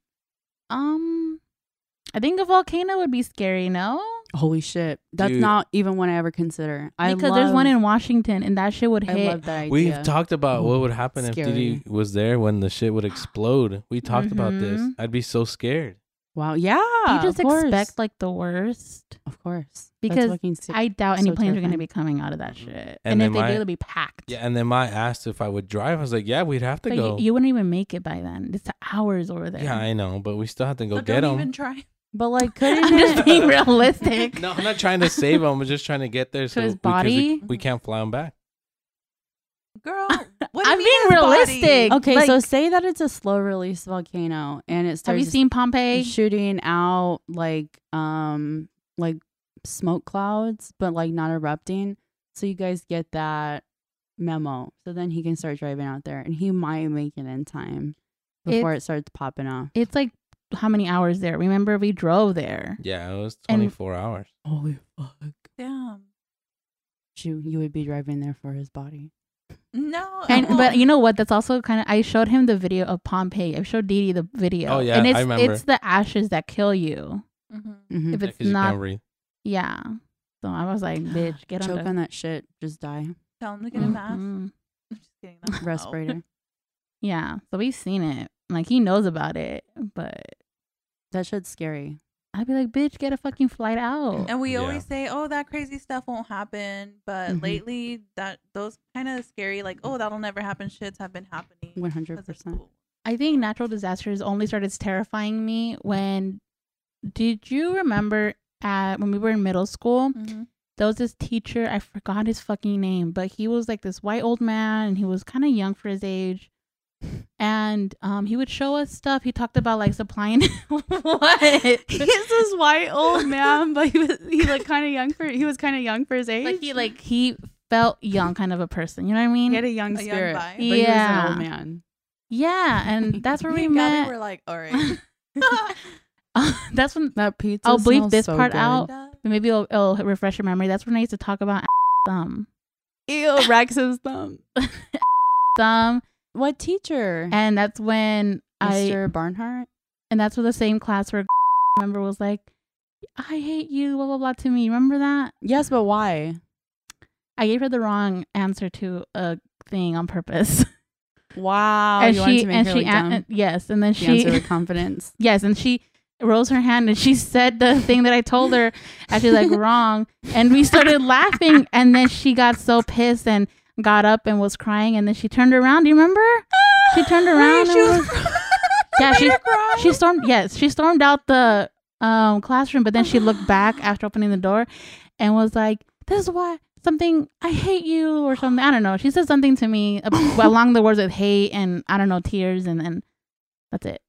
Speaker 1: um, I think a volcano would be scary. No,
Speaker 2: Holy shit. That's
Speaker 3: Dude.
Speaker 2: not even one I ever consider. I
Speaker 1: because there's one
Speaker 2: love-
Speaker 1: in Washington, and that shit would
Speaker 2: I
Speaker 1: hit.
Speaker 2: love that idea.
Speaker 3: We've talked about what would happen if Didi
Speaker 2: Scary.
Speaker 3: was there when the shit would explode. We talked about this.
Speaker 1: Mhm.
Speaker 3: I'd be so scared.
Speaker 2: wow. Yeah.
Speaker 1: you just
Speaker 2: of course.
Speaker 1: expect like the worst.
Speaker 2: Of course.
Speaker 1: Because
Speaker 2: I,
Speaker 1: I doubt any
Speaker 2: so
Speaker 1: planes are going to
Speaker 2: terrifying. Mm-hmm.
Speaker 1: be coming out of that shit.
Speaker 3: And
Speaker 1: And,
Speaker 3: then
Speaker 1: if they
Speaker 3: my-
Speaker 1: do, they'll be packed.
Speaker 3: Yeah, and then my asked if I would drive. I was like, yeah, we'd have to
Speaker 1: But
Speaker 3: go.
Speaker 1: you, you wouldn't even make it by then. It's hours over there.
Speaker 3: yeah, I know, but we still have to go
Speaker 4: So
Speaker 3: get
Speaker 4: don't
Speaker 3: them.
Speaker 4: even try.
Speaker 2: but like, couldn't
Speaker 1: I'm just
Speaker 2: it?
Speaker 1: being realistic.
Speaker 3: No, I'm not trying to save him. I'm just trying to get there so
Speaker 1: his
Speaker 3: we- 'cause we,
Speaker 1: body?
Speaker 3: we can't fly him back.
Speaker 4: Girl, what do
Speaker 1: I'm
Speaker 4: you mean
Speaker 1: being
Speaker 4: his body?
Speaker 1: realistic.
Speaker 2: Okay, so
Speaker 1: Like-
Speaker 2: say that it's a slow release volcano and it
Speaker 1: Have you
Speaker 2: starts
Speaker 1: seen Pompeii?
Speaker 2: shooting out like um like smoke clouds, but like not erupting. So you guys get that memo. So then he can start driving out there, and he might make it in time before it starts popping off.
Speaker 1: It's like how many hours there? Remember, we drove there.
Speaker 3: Yeah, it was
Speaker 1: And-
Speaker 3: 24 hours.
Speaker 2: Holy fuck!
Speaker 4: Damn.
Speaker 2: You you would be driving there for his body.
Speaker 4: No. Oh.
Speaker 1: And
Speaker 4: well,
Speaker 1: but you know what? That's also kind of. I showed him the video of Pompeii. I showed Didi the video.
Speaker 3: Oh, yeah,
Speaker 1: and it's,
Speaker 3: I remember. Mm,
Speaker 1: It's the ashes that kill you.
Speaker 4: Mhm.
Speaker 2: Mhm.
Speaker 1: If
Speaker 3: Yeah,
Speaker 1: it's
Speaker 3: 'cause you
Speaker 1: not,
Speaker 3: can't breathe.
Speaker 1: yeah. So I was like, bitch, get
Speaker 2: Choke
Speaker 1: on
Speaker 2: on that shit. Just die.
Speaker 4: Tell him to
Speaker 1: the
Speaker 4: get a mask.
Speaker 1: Mhm.
Speaker 4: I'm just kidding. that's no.
Speaker 2: Respirator.
Speaker 1: Yeah. So we've seen it. Like he knows about it, but
Speaker 2: That shit's scary.
Speaker 1: I'd be like, bitch, get a fucking flight out.
Speaker 4: And we
Speaker 3: Yeah.
Speaker 4: always say, "Oh, that crazy stuff won't happen," but
Speaker 1: Mm-hmm.
Speaker 2: Mhm.
Speaker 4: lately, that those kind of scary, like, "Oh, that'll never happen," shits have been happening.
Speaker 2: One hundred
Speaker 4: 'cause of
Speaker 2: percent.
Speaker 4: school.
Speaker 1: I think natural disasters only started terrifying me when. Did you remember at when we were in middle school? there was this teacher i forgot his fucking name but he was like this white old man and he was kind of young for his age and um he would show us stuff he talked about like supplying what
Speaker 2: He's this white old man, but he was he like kind of young for he was kind of young for his age.
Speaker 1: like he like he felt young kind of a person you know what i mean
Speaker 2: he had a young
Speaker 4: A young
Speaker 2: spirit,
Speaker 4: vibe.
Speaker 2: but he was an
Speaker 1: Yeah.
Speaker 2: old man.
Speaker 1: yeah and that's where
Speaker 4: Me
Speaker 1: we
Speaker 4: and Gabby
Speaker 1: met
Speaker 4: were like, "All right."
Speaker 1: that's when
Speaker 2: That pizza.
Speaker 1: I'll bleep
Speaker 2: smells
Speaker 1: this
Speaker 2: so
Speaker 1: part
Speaker 2: good.
Speaker 1: out.
Speaker 4: Duh.
Speaker 1: maybe it'll, it'll refresh your memory that's when i used to talk about um, thumb
Speaker 2: Ew, Rex's thumb.
Speaker 1: thumb
Speaker 2: What teacher?
Speaker 1: um, and that's when i
Speaker 2: Mr. Barnhart.
Speaker 1: and that's where the same class where remember was like i hate you blah blah blah to me remember that
Speaker 2: Yes, but why?
Speaker 1: i gave her the wrong answer to a thing on purpose
Speaker 2: Wow,
Speaker 1: and
Speaker 2: Oh, you wanted
Speaker 1: she
Speaker 2: to make
Speaker 1: and
Speaker 2: her
Speaker 1: she
Speaker 2: look
Speaker 1: an-
Speaker 2: dumb.
Speaker 1: and- yes and then
Speaker 2: She
Speaker 1: she
Speaker 2: answered with confidence.
Speaker 1: yes and she rose her hand and she said the thing that i told her and she's like wrong and we started laughing and then she got so pissed and got up and was crying and then she turned around do you remember she turned around
Speaker 4: She
Speaker 1: and
Speaker 4: was
Speaker 1: was- yeah she
Speaker 4: crying.
Speaker 1: she stormed yes she stormed out the um classroom but then she looked back after opening the door and was like this is why something i hate you or something i don't know she said something to me ab- along the words of hate and i don't know tears and then that's it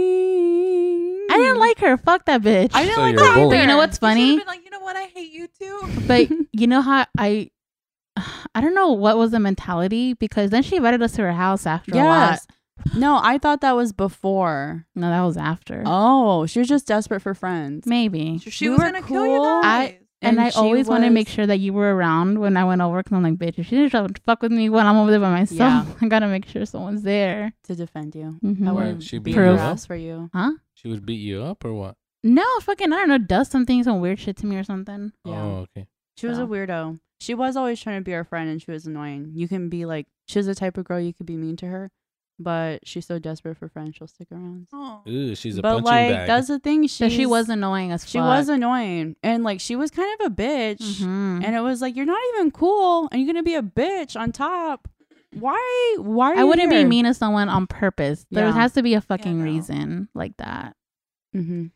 Speaker 2: Dang.
Speaker 1: i
Speaker 4: Hmm.
Speaker 1: didn't like her fuck that bitch
Speaker 2: I didn't
Speaker 3: So
Speaker 2: like
Speaker 3: you're a
Speaker 2: her
Speaker 3: bully.
Speaker 1: but
Speaker 2: either.
Speaker 1: you know what's
Speaker 4: She should've
Speaker 1: funny
Speaker 4: Been like, you know what? I hate you too.
Speaker 1: but you know how i i don't know what was the mentality because then she invited us to her house after a while
Speaker 2: Yes. No, I thought that was before.
Speaker 1: no that was after
Speaker 2: Oh, she was just desperate for friends.
Speaker 1: maybe
Speaker 4: She
Speaker 2: We
Speaker 4: was
Speaker 2: were
Speaker 4: gonna kill you
Speaker 2: cool.
Speaker 4: guys.
Speaker 1: I- And, I
Speaker 2: she
Speaker 1: always want to
Speaker 2: was-
Speaker 1: make sure that you were around when I went over because I'm like, bitch, if she didn't try to fuck with me when I'm over there by myself, I gotta make sure someone's there.
Speaker 2: to defend you.
Speaker 1: Mhm.
Speaker 2: I
Speaker 3: Right,
Speaker 2: would
Speaker 3: she
Speaker 2: beat
Speaker 1: beat you
Speaker 2: her
Speaker 1: up.
Speaker 2: ass for you.
Speaker 3: She would beat you up or what?
Speaker 1: No, fucking, I don't know, does something, some weird shit to me or something.
Speaker 2: Yeah.
Speaker 3: Oh, okay.
Speaker 2: She was a
Speaker 1: So.
Speaker 2: weirdo. She was always trying to be our friend and she was annoying. You can be like, she was the type of girl you could be mean to her, but she's so desperate for friends, she'll stick around.
Speaker 4: Oh.
Speaker 3: Ooh, she's a
Speaker 2: but
Speaker 3: punching
Speaker 2: like,
Speaker 3: bag.
Speaker 2: that's the thing. She
Speaker 1: So she was annoying as fuck.
Speaker 2: She was annoying. And like, she was kind of a bitch.
Speaker 1: Mhm.
Speaker 2: And it was like, you're not even cool and you're going to be a bitch on top. Why? Why are you
Speaker 1: I wouldn't
Speaker 2: here?
Speaker 1: be mean to someone on purpose. There
Speaker 2: Yeah.
Speaker 1: has to be a fucking
Speaker 4: no.
Speaker 1: reason like that.
Speaker 2: hmm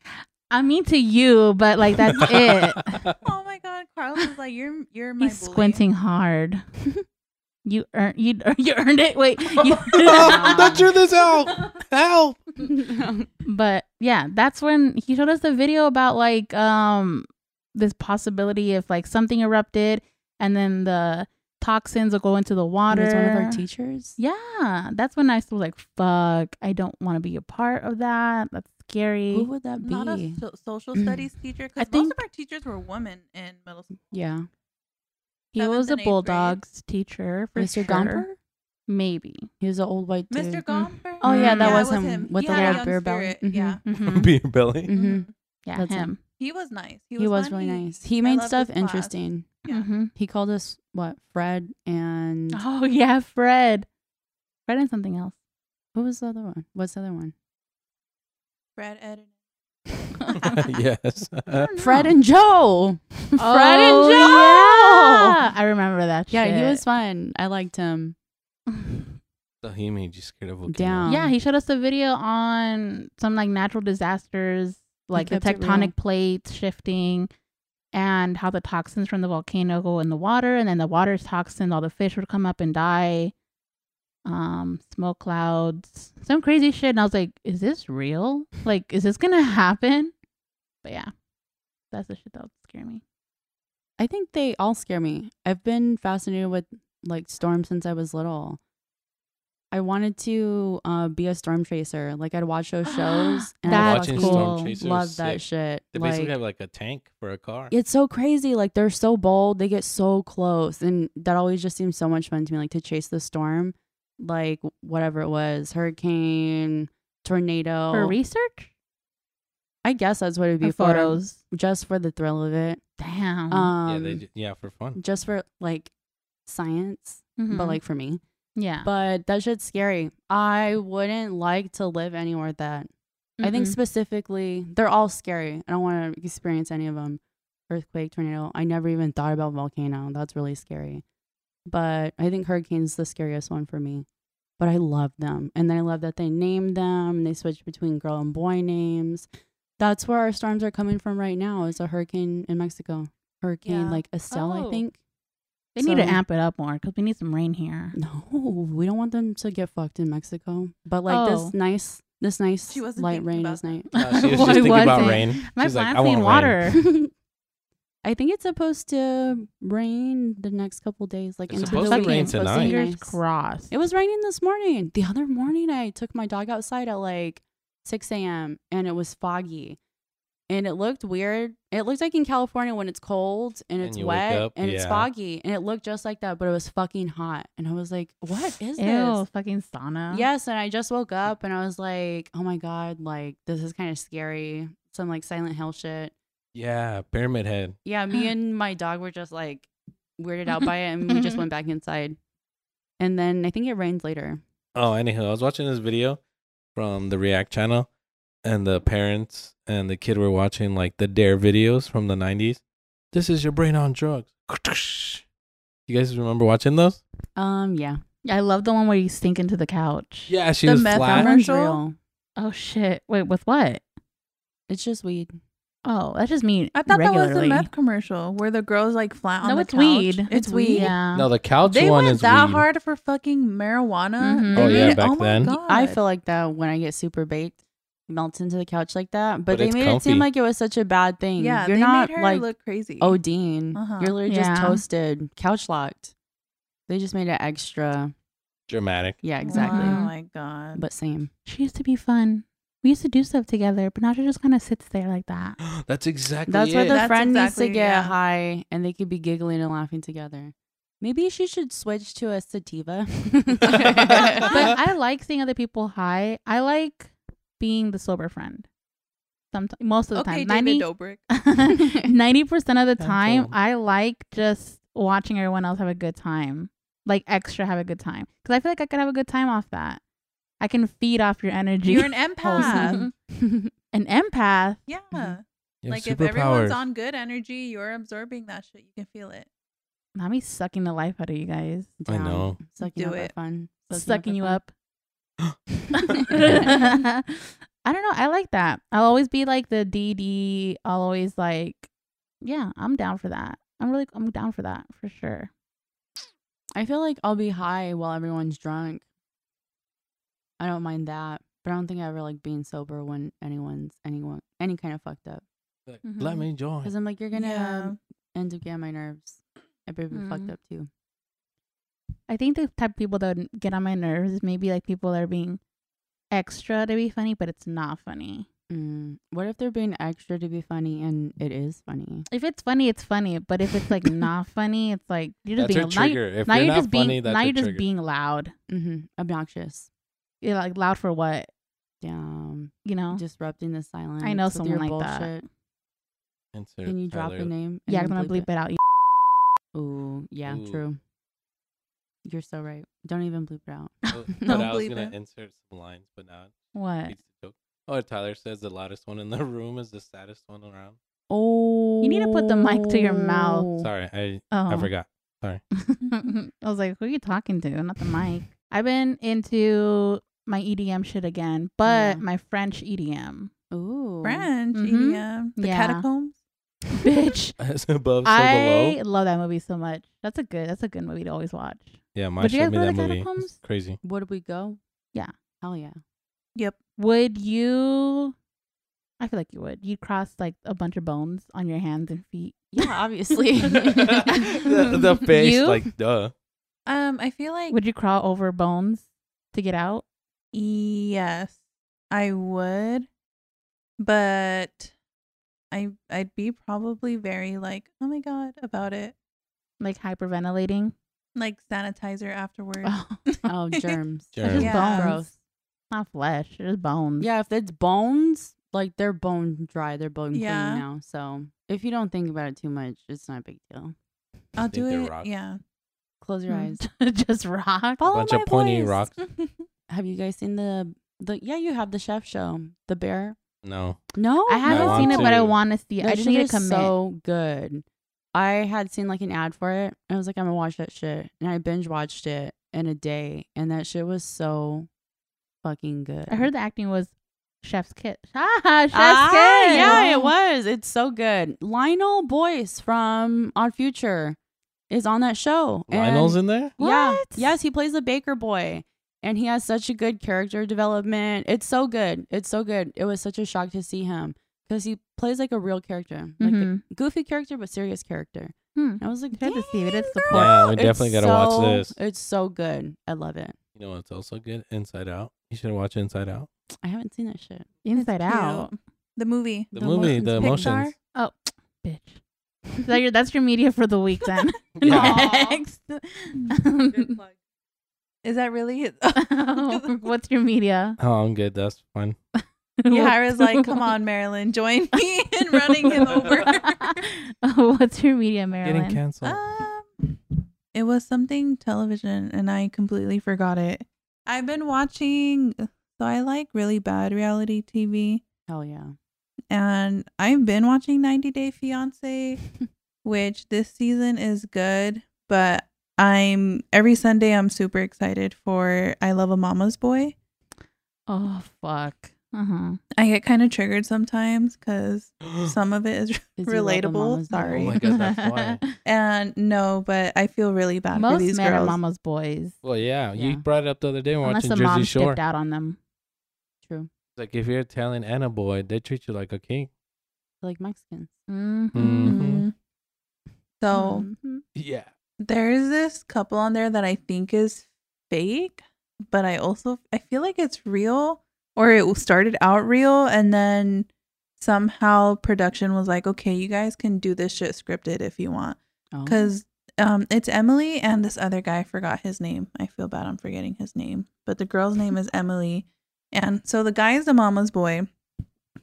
Speaker 1: I mean to you, but like that's it.
Speaker 4: Oh my God, Carlos is like, you're you're my
Speaker 1: He's
Speaker 4: bully.
Speaker 1: squinting hard. you earned you you earned it. Wait, you,
Speaker 3: that drew this out. Help.
Speaker 2: Mm-hmm.
Speaker 1: but yeah that's when he showed us the video about like um this possibility if like something erupted and then the toxins will go into the
Speaker 2: And
Speaker 1: water.
Speaker 2: It's one of our teachers.
Speaker 1: yeah, that's when I was like, "Fuck, I don't want to be a part of that. That's scary."
Speaker 2: Who would that
Speaker 4: Not a
Speaker 2: be? Mm.
Speaker 4: so- social studies teacher
Speaker 1: I
Speaker 4: because most
Speaker 1: think-
Speaker 4: of our teachers were women in middle school.
Speaker 2: Yeah.
Speaker 1: he
Speaker 4: seventh
Speaker 1: was a
Speaker 4: and eighth grade?
Speaker 1: Bulldogs teacher for
Speaker 2: Mr.
Speaker 1: sure.
Speaker 2: Gomper?
Speaker 1: Maybe.
Speaker 2: He was an old white dude.
Speaker 4: Mr. Gomper.
Speaker 2: Oh, yeah, that
Speaker 4: it
Speaker 2: was him with
Speaker 4: He
Speaker 2: the
Speaker 4: had a
Speaker 2: little
Speaker 4: young
Speaker 2: beer belly. Mm-hmm.
Speaker 4: spirit, Yeah,
Speaker 1: Mhm.
Speaker 3: Beer belly.
Speaker 2: hmm
Speaker 4: Mhm.
Speaker 1: Yeah,
Speaker 2: That's
Speaker 1: him.
Speaker 4: he was nice. He
Speaker 2: He
Speaker 4: was,
Speaker 2: was, really
Speaker 4: funny.
Speaker 2: nice. He
Speaker 4: I
Speaker 2: made
Speaker 4: loved
Speaker 2: stuff
Speaker 4: his class.
Speaker 2: interesting.
Speaker 4: Yeah.
Speaker 1: Mhm.
Speaker 2: He called us what Fred and
Speaker 1: Oh yeah, Fred. Fred and something else.
Speaker 2: what was the other one? What's the other one?
Speaker 4: Fred Ed.
Speaker 3: yes.
Speaker 1: I don't
Speaker 2: Fred
Speaker 1: know.
Speaker 2: and Joe. Fred
Speaker 1: Oh,
Speaker 2: and Joe.
Speaker 1: Yeah. I remember that.
Speaker 2: Yeah, he
Speaker 1: shit. Um,
Speaker 2: was fun. I liked him.
Speaker 3: so he made you scared of volcanoes.
Speaker 2: Down.
Speaker 1: yeah, he showed us a video on some like natural disasters, like the
Speaker 2: kept it real.
Speaker 1: tectonic plates shifting, and how the toxins from the volcano go in the water, and then the water's toxins, all the fish would come up and die. Um, smoke clouds, some crazy shit, and I was like, "Is this real? Like, is this gonna happen?" But yeah, that's the shit that would scare me.
Speaker 2: I think they all scare me. I've been fascinated with like storms since I was little. I wanted to uh, be a storm chaser. Like I'd watch those shows and I
Speaker 1: That's
Speaker 3: Watching
Speaker 1: cool.
Speaker 3: storm chasers.
Speaker 2: love that
Speaker 3: sick.
Speaker 2: shit.
Speaker 3: They
Speaker 2: like,
Speaker 3: basically have like a tank for a car.
Speaker 2: it's so crazy. Like they're so bold, they get so close, and that always just seems so much fun to me. Like to chase the storm, like whatever it was, hurricane, tornado.
Speaker 1: For research,
Speaker 2: I guess that's what it'd be
Speaker 1: Or
Speaker 2: for.
Speaker 1: photos.
Speaker 2: just for the thrill of it.
Speaker 1: Damn.
Speaker 2: Um,
Speaker 3: Mm-hmm. yeah, they ju- yeah for fun.
Speaker 2: just for like science,
Speaker 1: Mhm.
Speaker 2: but like for me.
Speaker 1: yeah,
Speaker 2: But that shit's scary. I wouldn't like to live anywhere with that. I think
Speaker 4: Mm-hmm.
Speaker 1: Mhm.
Speaker 2: specifically, they're all scary. I don't want to experience any of them. Earthquake, tornado. I never even thought about volcano. That's really scary. But I think hurricane's the scariest one for me. But I love them. And then I love that they named them. They switched between girl and boy names. That's where our storms are coming from right now is a hurricane in Mexico. Hurricane
Speaker 4: Yeah.
Speaker 2: like Estelle,
Speaker 1: Oh.
Speaker 2: I think.
Speaker 1: they need to
Speaker 2: so-
Speaker 1: amp it up more because we need some rain here.
Speaker 2: No, we don't want them to get fucked in Mexico. But like
Speaker 1: Oh.
Speaker 2: this nice, this nice
Speaker 4: She wasn't
Speaker 2: light
Speaker 4: thinking
Speaker 2: rain
Speaker 4: about
Speaker 2: is
Speaker 4: that.
Speaker 2: nice.
Speaker 3: Uh, she was
Speaker 1: Why
Speaker 3: just thinking about
Speaker 1: wasn't?
Speaker 3: rain.
Speaker 1: My
Speaker 3: She's like,
Speaker 1: plant's
Speaker 3: I want
Speaker 1: in
Speaker 3: rain."
Speaker 1: water.
Speaker 2: I think it's supposed to rain the next couple days, like
Speaker 3: It's
Speaker 2: into
Speaker 3: supposed
Speaker 2: the
Speaker 3: to rain
Speaker 2: weekend.
Speaker 3: tonight.
Speaker 2: be
Speaker 1: Fingers
Speaker 2: nice.
Speaker 1: crossed.
Speaker 2: It was raining this morning. The other morning, I took my dog outside at like 6 a.m. and it was foggy, and it looked weird. It looks like in California when it's cold and
Speaker 3: And
Speaker 2: it's
Speaker 3: you wake
Speaker 2: wet
Speaker 3: up,
Speaker 2: and it's
Speaker 3: yeah.
Speaker 2: foggy, and it looked just like that, but it was fucking hot, and I was like, "What is this?"
Speaker 1: Ew, fucking sauna.
Speaker 2: Yes, and I just woke up and I was like, "Oh my god, like this is kind of scary." Some like Silent Hill shit.
Speaker 3: Yeah, Pyramid Head.
Speaker 2: Yeah, me and my dog were just like weirded out by it and we just went back inside. And then I think it rained later.
Speaker 3: Oh, anyhow, I was watching this video from the React channel, and the parents and the kid were watching like the Dare videos from the '90s. This is your brain on drugs. You guys remember watching those?
Speaker 2: Um, yeah.
Speaker 1: I love the one where you sink into the couch.
Speaker 3: Yeah, she
Speaker 4: The
Speaker 3: was
Speaker 4: meth
Speaker 3: flat.
Speaker 4: That
Speaker 2: One's
Speaker 4: commercial?
Speaker 2: real.
Speaker 1: Oh shit. Wait, with what?
Speaker 2: It's just weed.
Speaker 1: Oh, that's just me.
Speaker 4: I thought
Speaker 1: regularly.
Speaker 4: that was a meth commercial where the girl's like flat on
Speaker 1: No,
Speaker 4: the
Speaker 1: it's
Speaker 4: couch.
Speaker 1: weed.
Speaker 4: It's,
Speaker 2: It's
Speaker 4: weed.
Speaker 2: weed.
Speaker 1: Yeah.
Speaker 3: No, the couch
Speaker 4: They
Speaker 3: one
Speaker 4: went
Speaker 3: is
Speaker 4: that
Speaker 3: weed.
Speaker 4: hard for fucking marijuana.
Speaker 1: Mhm.
Speaker 4: They
Speaker 1: Oh, yeah,
Speaker 4: made it-
Speaker 3: back
Speaker 4: oh my
Speaker 3: then.
Speaker 4: God.
Speaker 2: Mm-hmm. I feel like that when I get super baked, melt into the couch like that. But,
Speaker 3: But
Speaker 2: they
Speaker 3: it's
Speaker 2: made it seem
Speaker 3: comfy.
Speaker 2: like it was such a bad thing.
Speaker 4: yeah,
Speaker 2: You're
Speaker 4: they
Speaker 2: not
Speaker 4: made her
Speaker 2: like
Speaker 4: look crazy.
Speaker 2: ODing.
Speaker 4: Uh-huh.
Speaker 2: You're literally just
Speaker 1: Yeah.
Speaker 2: toasted, couch locked. They just made it extra.
Speaker 3: Dramatic.
Speaker 2: Yeah, exactly.
Speaker 4: Oh my god.
Speaker 2: But same.
Speaker 1: She used to be fun. We used to do stuff together, but now she just kind of sits there like that.
Speaker 3: That's exactly
Speaker 2: That's why
Speaker 3: it.
Speaker 2: the
Speaker 4: That's
Speaker 2: friend
Speaker 4: exactly-
Speaker 2: needs to get
Speaker 4: yeah.
Speaker 2: high and they could be giggling and laughing together. Maybe she should switch to a sativa.
Speaker 1: But I like seeing other people high. I like being the sober friend. Sometimes, most of the
Speaker 4: okay,
Speaker 1: time,
Speaker 4: David
Speaker 1: 90
Speaker 4: Dobrik.
Speaker 1: Ninety percent of the
Speaker 3: That's
Speaker 1: time,
Speaker 3: all.
Speaker 1: I like just watching everyone else have a good time, like extra have a good time, because I feel like I could have a good time off that. I can feed off your energy.
Speaker 4: You're an empath.
Speaker 1: Mhm. an empath.
Speaker 4: yeah.
Speaker 3: Mm-hmm. You have
Speaker 4: Like if everyone's
Speaker 3: superpowers.
Speaker 4: on good energy, you're absorbing that shit. You can feel it.
Speaker 1: Not me sucking the life out of you guys,
Speaker 3: I know.
Speaker 2: Sucking
Speaker 4: Do
Speaker 2: up our
Speaker 4: it.
Speaker 2: fun.
Speaker 1: sucking you
Speaker 2: our fun.
Speaker 1: up. I don't know. I like that. I'll always be like the DD. I'll always like, yeah, I'm down for that. I'm really, I'm down for that for sure.
Speaker 2: I feel like I'll be high while everyone's drunk. I don't mind that, but I don't think I ever like being sober when anyone's anyone any kind of fucked up.
Speaker 3: Like, Let
Speaker 1: Mhm.
Speaker 3: me join.
Speaker 2: Because I'm like, you're gonna
Speaker 4: Yeah. Mm-hmm.
Speaker 2: end up getting my nerves. I probably fucked
Speaker 1: Mhm.
Speaker 2: up too.
Speaker 1: I think the type of people that would get on my nerves is maybe like people that are being extra to be funny, but it's not funny.
Speaker 2: Mm. What if they're being extra to be funny and it is funny?
Speaker 1: If it's funny, it's funny. But if it's like not funny, it's like you're just
Speaker 3: That's your
Speaker 1: being now, you-
Speaker 3: trigger. if
Speaker 1: now
Speaker 3: you're
Speaker 1: you're
Speaker 3: not
Speaker 1: just
Speaker 3: funny,
Speaker 1: being
Speaker 3: that's
Speaker 1: now
Speaker 3: your
Speaker 1: you're just
Speaker 3: trigger.
Speaker 1: being loud.
Speaker 2: hmm Obnoxious.
Speaker 1: You're like loud for what?
Speaker 2: Damn.
Speaker 1: You know?
Speaker 2: um, Disrupting the silence.
Speaker 1: I know
Speaker 2: with your
Speaker 1: someone like that.
Speaker 2: bullshit.
Speaker 3: Insert
Speaker 2: Can you drop
Speaker 3: Tyler.
Speaker 2: the name? and
Speaker 1: yeah, I'm
Speaker 2: then
Speaker 1: gonna bleep it, out. You
Speaker 2: it? Ooh, yeah,
Speaker 3: Ooh.
Speaker 2: true. You're so right. Don't even bleep it out.
Speaker 3: Oh, but
Speaker 1: Don't
Speaker 3: I was
Speaker 4: believe
Speaker 3: gonna
Speaker 4: it.
Speaker 3: insert some lines, but now it
Speaker 1: what?
Speaker 3: beats the joke. Oh, Tyler says the loudest one in the room is the saddest one around.
Speaker 2: Oh.
Speaker 1: need to put the mic to your mouth.
Speaker 3: Sorry, I
Speaker 1: Oh,
Speaker 3: I forgot.
Speaker 1: I was like, who are you talking to? Not the mic. I've been into my EDM shit again, but
Speaker 2: Yeah.
Speaker 1: my French E EDM.
Speaker 2: Ooh.
Speaker 4: French
Speaker 1: Mhm.
Speaker 3: Mm-hmm.
Speaker 4: EDM, E the
Speaker 1: Yeah.
Speaker 4: catacombs.
Speaker 1: Bitch.
Speaker 3: It's above, so
Speaker 1: I
Speaker 3: below.
Speaker 1: love that movie so much. That's a good that's a good movie to always watch.
Speaker 3: Yeah, my
Speaker 1: Would you
Speaker 3: showed
Speaker 1: guys go to
Speaker 3: me that
Speaker 1: the
Speaker 3: movie. It's
Speaker 1: catacombs?
Speaker 3: crazy.
Speaker 2: Would we go?
Speaker 1: Yeah.
Speaker 2: Hell yeah.
Speaker 4: Yep.
Speaker 1: Would you I feel like you would. You'd cross like a bunch of bones on your hands and feet.
Speaker 2: Yeah, obviously.
Speaker 3: the, the face,
Speaker 1: You?
Speaker 3: like duh.
Speaker 4: Um, I feel like
Speaker 1: Would you crawl over bones to get out?
Speaker 4: yes, I would, but I I'd be probably very like oh my god about it,
Speaker 1: Like hyperventilating?
Speaker 4: like sanitizer afterwards.
Speaker 1: Oh,
Speaker 2: Oh, germs.
Speaker 1: it's
Speaker 3: Germs.
Speaker 1: just
Speaker 4: Yeah.
Speaker 1: bones.
Speaker 2: Gross.
Speaker 1: Not flesh. It's just bones.
Speaker 2: Yeah, if it's bones, like they're bone dry, they're bone
Speaker 4: Yeah.
Speaker 2: clean now. So if you don't think about it too much, it's not a big deal.
Speaker 4: I'll
Speaker 3: Think
Speaker 4: do
Speaker 3: they're
Speaker 4: it.
Speaker 3: rocks.
Speaker 4: Yeah.
Speaker 2: Close
Speaker 1: Hmm.
Speaker 2: your eyes.
Speaker 1: just rock.
Speaker 3: A bunch of pointy rocks.
Speaker 2: Have you guys seen the the? Yeah, you have the chef show, the bear.
Speaker 3: No,
Speaker 2: No,
Speaker 1: I haven't
Speaker 3: want
Speaker 1: seen it, but I
Speaker 3: to.
Speaker 1: want to see it.
Speaker 2: That
Speaker 1: I just
Speaker 2: shit
Speaker 1: need to
Speaker 2: is
Speaker 1: commit.
Speaker 2: So good. I had seen like an ad for it. I was like, I'm gonna watch that shit, and I binge watched it in a day, and that shit was so fucking good.
Speaker 1: I heard the acting was Chef's Kit. Ah, Chef's
Speaker 2: Ah,
Speaker 1: Kit.
Speaker 2: yeah, it was. It's so good. Lionel Boyce from Odd Future is on that show.
Speaker 3: Lionel's
Speaker 2: and-
Speaker 3: in there.
Speaker 2: Yeah.
Speaker 1: What?
Speaker 2: Yes, he plays the baker boy. And he has such a good character development. It's so good. It's so good. It was such a shock to see him because he plays like a real character, like
Speaker 1: Mhm.
Speaker 2: a goofy character, but serious character.
Speaker 1: Hmm.
Speaker 2: I was like,
Speaker 1: Tried to see it.
Speaker 2: "Damn,
Speaker 1: It's the
Speaker 2: girl."
Speaker 1: pork.
Speaker 3: Yeah, we
Speaker 2: It's
Speaker 3: definitely gotta watch this.
Speaker 2: It's so good. I love it.
Speaker 3: You know what's also good? Inside Out. You should watch Inside Out.
Speaker 2: I haven't seen that shit.
Speaker 1: Inside
Speaker 4: Cute.
Speaker 1: Out.
Speaker 4: The movie.
Speaker 3: The,
Speaker 2: The
Speaker 3: movie,
Speaker 2: emotions.
Speaker 3: the emotions.
Speaker 4: Pixar?
Speaker 1: Oh, bitch. Is that your, that's your media for the week then.
Speaker 3: Yeah.
Speaker 1: Next.
Speaker 4: Is that really it?
Speaker 1: What's your media?
Speaker 3: Oh, I'm good. That's fine.
Speaker 4: yeah, I was like, come on, Marilyn, join me in running him over.
Speaker 1: Oh, What's your media,
Speaker 3: Getting
Speaker 1: Marilyn?
Speaker 3: canceled.
Speaker 4: um, it was something television and I completely forgot it. I've been watching, so I like really bad reality TV.
Speaker 2: Hell yeah.
Speaker 4: And I've been watching 90 Day Fiance, which this season is good, but I'm every Sunday I'm super excited for I Love a Mama's Boy.
Speaker 1: Oh, fuck. Uh-huh.
Speaker 3: Oh
Speaker 4: I get kind of triggered sometimes because
Speaker 1: Ah.
Speaker 4: some of it is.
Speaker 2: Is he like a
Speaker 4: Relatable?
Speaker 2: mama's boy?
Speaker 4: Sorry.
Speaker 3: Oh my god, that's why.
Speaker 4: And no, but I feel really bad for
Speaker 1: Most
Speaker 4: these
Speaker 1: men are
Speaker 4: girls.
Speaker 1: mama's boys.
Speaker 3: Well, yeah,
Speaker 2: Yeah.
Speaker 3: you brought it up the other day. when
Speaker 1: Unless
Speaker 3: watching
Speaker 1: the
Speaker 3: Jersey
Speaker 1: mom
Speaker 3: Shore.
Speaker 1: skipped out on them.
Speaker 2: True.
Speaker 3: It's Like if you're Italian and a boy, they treat you like a king.
Speaker 2: Like Mexicans.
Speaker 1: Mhm.
Speaker 3: Mhm.
Speaker 4: Mm-hmm.
Speaker 1: Mm-hmm.
Speaker 4: So
Speaker 2: Mhm.
Speaker 3: Yeah.
Speaker 4: there's this couple on there that I think is fake, but I also I feel like it's real or it started out real and then somehow production was like, okay, you guys can do this shit scripted if you want,
Speaker 2: Oh.
Speaker 4: because um it's Emily and this other guy I forgot his name. I feel bad I'm forgetting his name, but the girl's name is Emily, and so the guy is the mama's boy,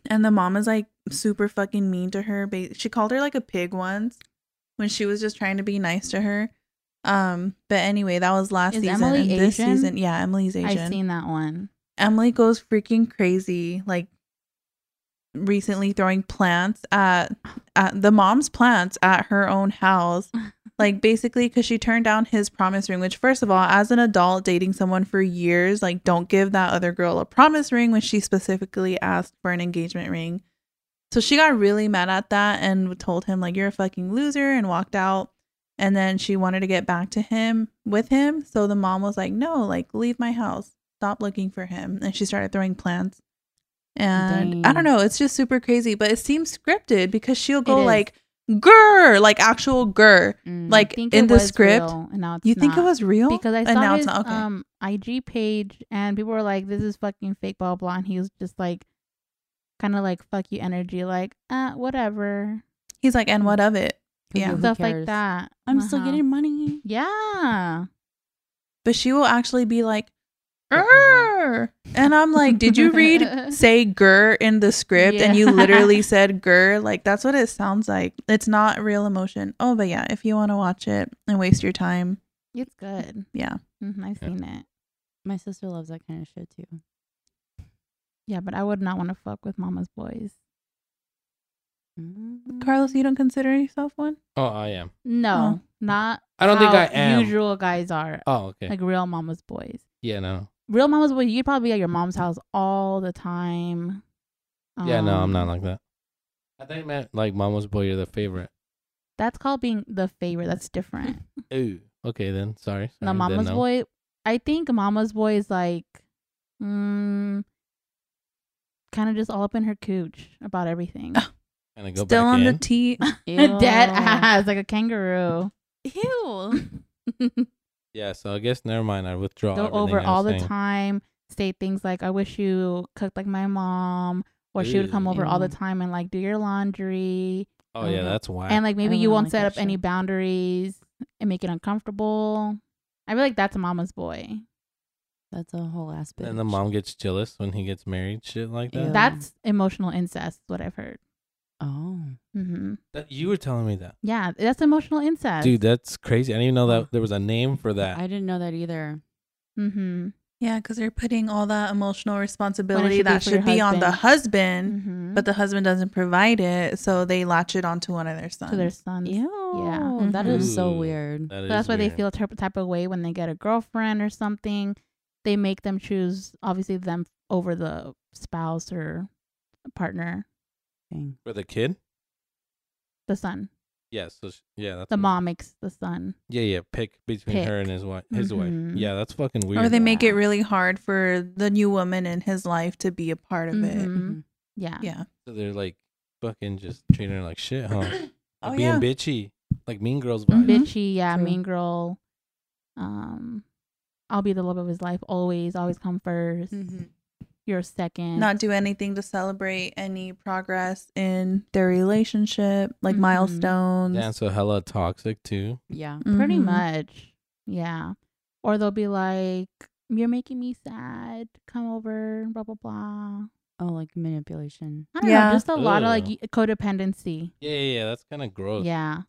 Speaker 4: and the mom is like super fucking mean to her. Ba- She called her like a pig once when she was just trying to be nice to her. Um, but anyway, that was last
Speaker 1: Is
Speaker 4: season.
Speaker 1: Emily
Speaker 4: and this
Speaker 1: Asian?
Speaker 4: season, yeah, Emily's Asian.
Speaker 1: I've seen that one.
Speaker 4: Emily goes freaking crazy, like recently throwing plants at, at the mom's plants at her own house. Like basically because she turned down his promise ring, which first of all, as an adult dating someone for years, like don't give that other girl a promise ring when she specifically asked for an engagement ring. So she got really mad at that and told him like you're a fucking loser and walked out. And then she wanted to get back to him with him. So the mom was like, "No, like leave my house." stop looking for him and she started throwing plants And
Speaker 2: Dang.
Speaker 4: I don't know, it's just super crazy, but it seems scripted because she'll go
Speaker 1: is.
Speaker 4: like grr, like actual grr.
Speaker 2: Mm.
Speaker 1: I
Speaker 4: Like
Speaker 1: think
Speaker 4: in
Speaker 1: it
Speaker 4: the
Speaker 1: was
Speaker 4: script,
Speaker 1: real, and now it's
Speaker 4: you think it
Speaker 1: not.
Speaker 4: was real?
Speaker 1: because I
Speaker 4: And
Speaker 1: saw
Speaker 4: now it's
Speaker 1: his
Speaker 4: not- okay.
Speaker 1: um IG page and people were like, "This is fucking fake," blah blah. blah. And he was just like, kind of like "fuck you" energy, like uh, whatever,
Speaker 4: He's like, and what of it?
Speaker 2: Yeah,
Speaker 4: Yeah.
Speaker 2: who
Speaker 1: stuff like
Speaker 2: cares?
Speaker 1: that.
Speaker 2: I'm still
Speaker 1: Uh-huh.
Speaker 2: getting money.
Speaker 1: Yeah,
Speaker 4: But she will actually be like,
Speaker 2: Uh-uh.
Speaker 4: grr. And I'm like, did you read say grr in the script? And you
Speaker 1: Yeah.
Speaker 4: literally said grr. Like, that's what it sounds like. It's not real emotion. Oh, but yeah, if you want to watch it and waste your time,
Speaker 1: it's good.
Speaker 4: yeah.
Speaker 1: Mhm, I've
Speaker 3: Yeah.
Speaker 1: seen it.
Speaker 2: My sister loves that kind of shit too.
Speaker 1: Yeah, but I would not want to fuck with Mama's boys. Mm-hmm. Mm.
Speaker 4: Carlos, you don't consider yourself one?
Speaker 3: Oh, I am.
Speaker 1: No, not.
Speaker 3: I don't think
Speaker 1: how
Speaker 3: I am.
Speaker 1: Usual guys are
Speaker 3: Oh, okay.
Speaker 1: like real Mama's boys.
Speaker 3: yeah, no.
Speaker 1: Real Mama's boys, you'd probably be at your mom's house all the time.
Speaker 3: Yeah, no, I'm not
Speaker 1: Um,
Speaker 3: like that. I think meant like Mama's Boy, you're the favorite.
Speaker 1: That's called being the favorite. That's different.
Speaker 3: Ooh. Okay, then. Sorry. sorry
Speaker 1: No,
Speaker 3: then
Speaker 1: Mama's
Speaker 3: no.
Speaker 1: Boy. I think Mama's Boy is like, mm, kind of just all up in her cooch about everything.
Speaker 3: Can I go
Speaker 4: Still
Speaker 3: back
Speaker 4: on
Speaker 3: in?
Speaker 4: the T.
Speaker 1: Dead ass, like a kangaroo.
Speaker 2: Ew.
Speaker 3: yeah, so I guess never mind. I withdraw.
Speaker 1: Go
Speaker 3: everything
Speaker 1: over
Speaker 3: I
Speaker 1: all
Speaker 3: was
Speaker 1: the
Speaker 3: saying.
Speaker 1: time. Say things like, "I wish you cooked like my mom," or she would come
Speaker 3: Ew.
Speaker 1: over all the
Speaker 2: Ew.
Speaker 1: time and like do your laundry,
Speaker 3: Oh, yeah,
Speaker 2: Oh, no.
Speaker 3: that's why.
Speaker 1: and like maybe
Speaker 2: would
Speaker 1: you
Speaker 2: not
Speaker 1: won't
Speaker 2: like
Speaker 1: set
Speaker 2: that
Speaker 1: up any
Speaker 2: shit.
Speaker 1: boundaries and make it uncomfortable. I feel like that's Mama's Boy.
Speaker 2: That's a whole ass bitch.
Speaker 3: and the mom gets jealous when he gets married, shit like that.
Speaker 2: Ew.
Speaker 1: That's emotional incest. Is what I've heard.
Speaker 2: Oh.
Speaker 1: hmm
Speaker 3: That- you were telling me that.
Speaker 1: Yeah, that's emotional incest,
Speaker 3: Dude, that's crazy. I didn't even know that there was a name for that.
Speaker 2: I didn't know that either.
Speaker 1: Mm-hmm.
Speaker 4: Yeah, because they're putting all that emotional responsibility
Speaker 1: should be
Speaker 4: that
Speaker 1: for
Speaker 4: should
Speaker 1: your
Speaker 4: be on the husband,
Speaker 1: Mm-hmm.
Speaker 4: but the husband doesn't provide it, so they latch it onto one of their sons.
Speaker 1: to their sons.
Speaker 2: Ew.
Speaker 1: Yeah.
Speaker 2: That is so
Speaker 3: Ooh.
Speaker 2: weird.
Speaker 3: That
Speaker 1: So
Speaker 3: is
Speaker 1: that's why they
Speaker 3: weird.
Speaker 1: feel a type type of way when they get a girlfriend or something. They make them choose, obviously, them over the spouse or partner,
Speaker 2: Dang.
Speaker 3: for the kid.
Speaker 1: the son.
Speaker 3: Yeah, so sh- yeah, that's
Speaker 1: The
Speaker 3: what-
Speaker 1: mom makes the son.
Speaker 3: Yeah, yeah, pick between her
Speaker 1: Pick.
Speaker 3: and his wife. His
Speaker 1: Mhm.
Speaker 3: wife. Yeah, that's fucking weird.
Speaker 4: or they make it
Speaker 1: Yeah.
Speaker 4: really hard for the new woman in his life to be a part of it.
Speaker 2: Mm-hmm.
Speaker 1: Mhm. Yeah.
Speaker 4: Yeah.
Speaker 3: So they're like fucking just treating her like shit, huh? Like
Speaker 4: Oh,
Speaker 3: being
Speaker 4: yeah.
Speaker 3: bitchy, like Mean Girls
Speaker 1: Mhm.
Speaker 3: vibes.
Speaker 1: Bitchy. Yeah.
Speaker 2: True.
Speaker 1: Mean girl. Um, I'll be the love of his life always. Always come 1st
Speaker 2: Mm. Mm-hmm.
Speaker 1: You're second.
Speaker 4: Not do anything to celebrate any progress in their relationship, like
Speaker 1: Mhm.
Speaker 4: milestones.
Speaker 3: Yeah, so hella toxic too.
Speaker 2: Yeah.
Speaker 1: pretty
Speaker 4: Mhm.
Speaker 1: much. Yeah. Or they'll be like, "You're making me sad. Come over." Blah blah blah.
Speaker 2: Oh, like manipulation.
Speaker 1: I don't
Speaker 4: Yeah.
Speaker 1: know, just a lot of like
Speaker 3: Ugh.
Speaker 1: y- codependency.
Speaker 3: Yeah, yeah, yeah that's kind of gross.
Speaker 1: Yeah.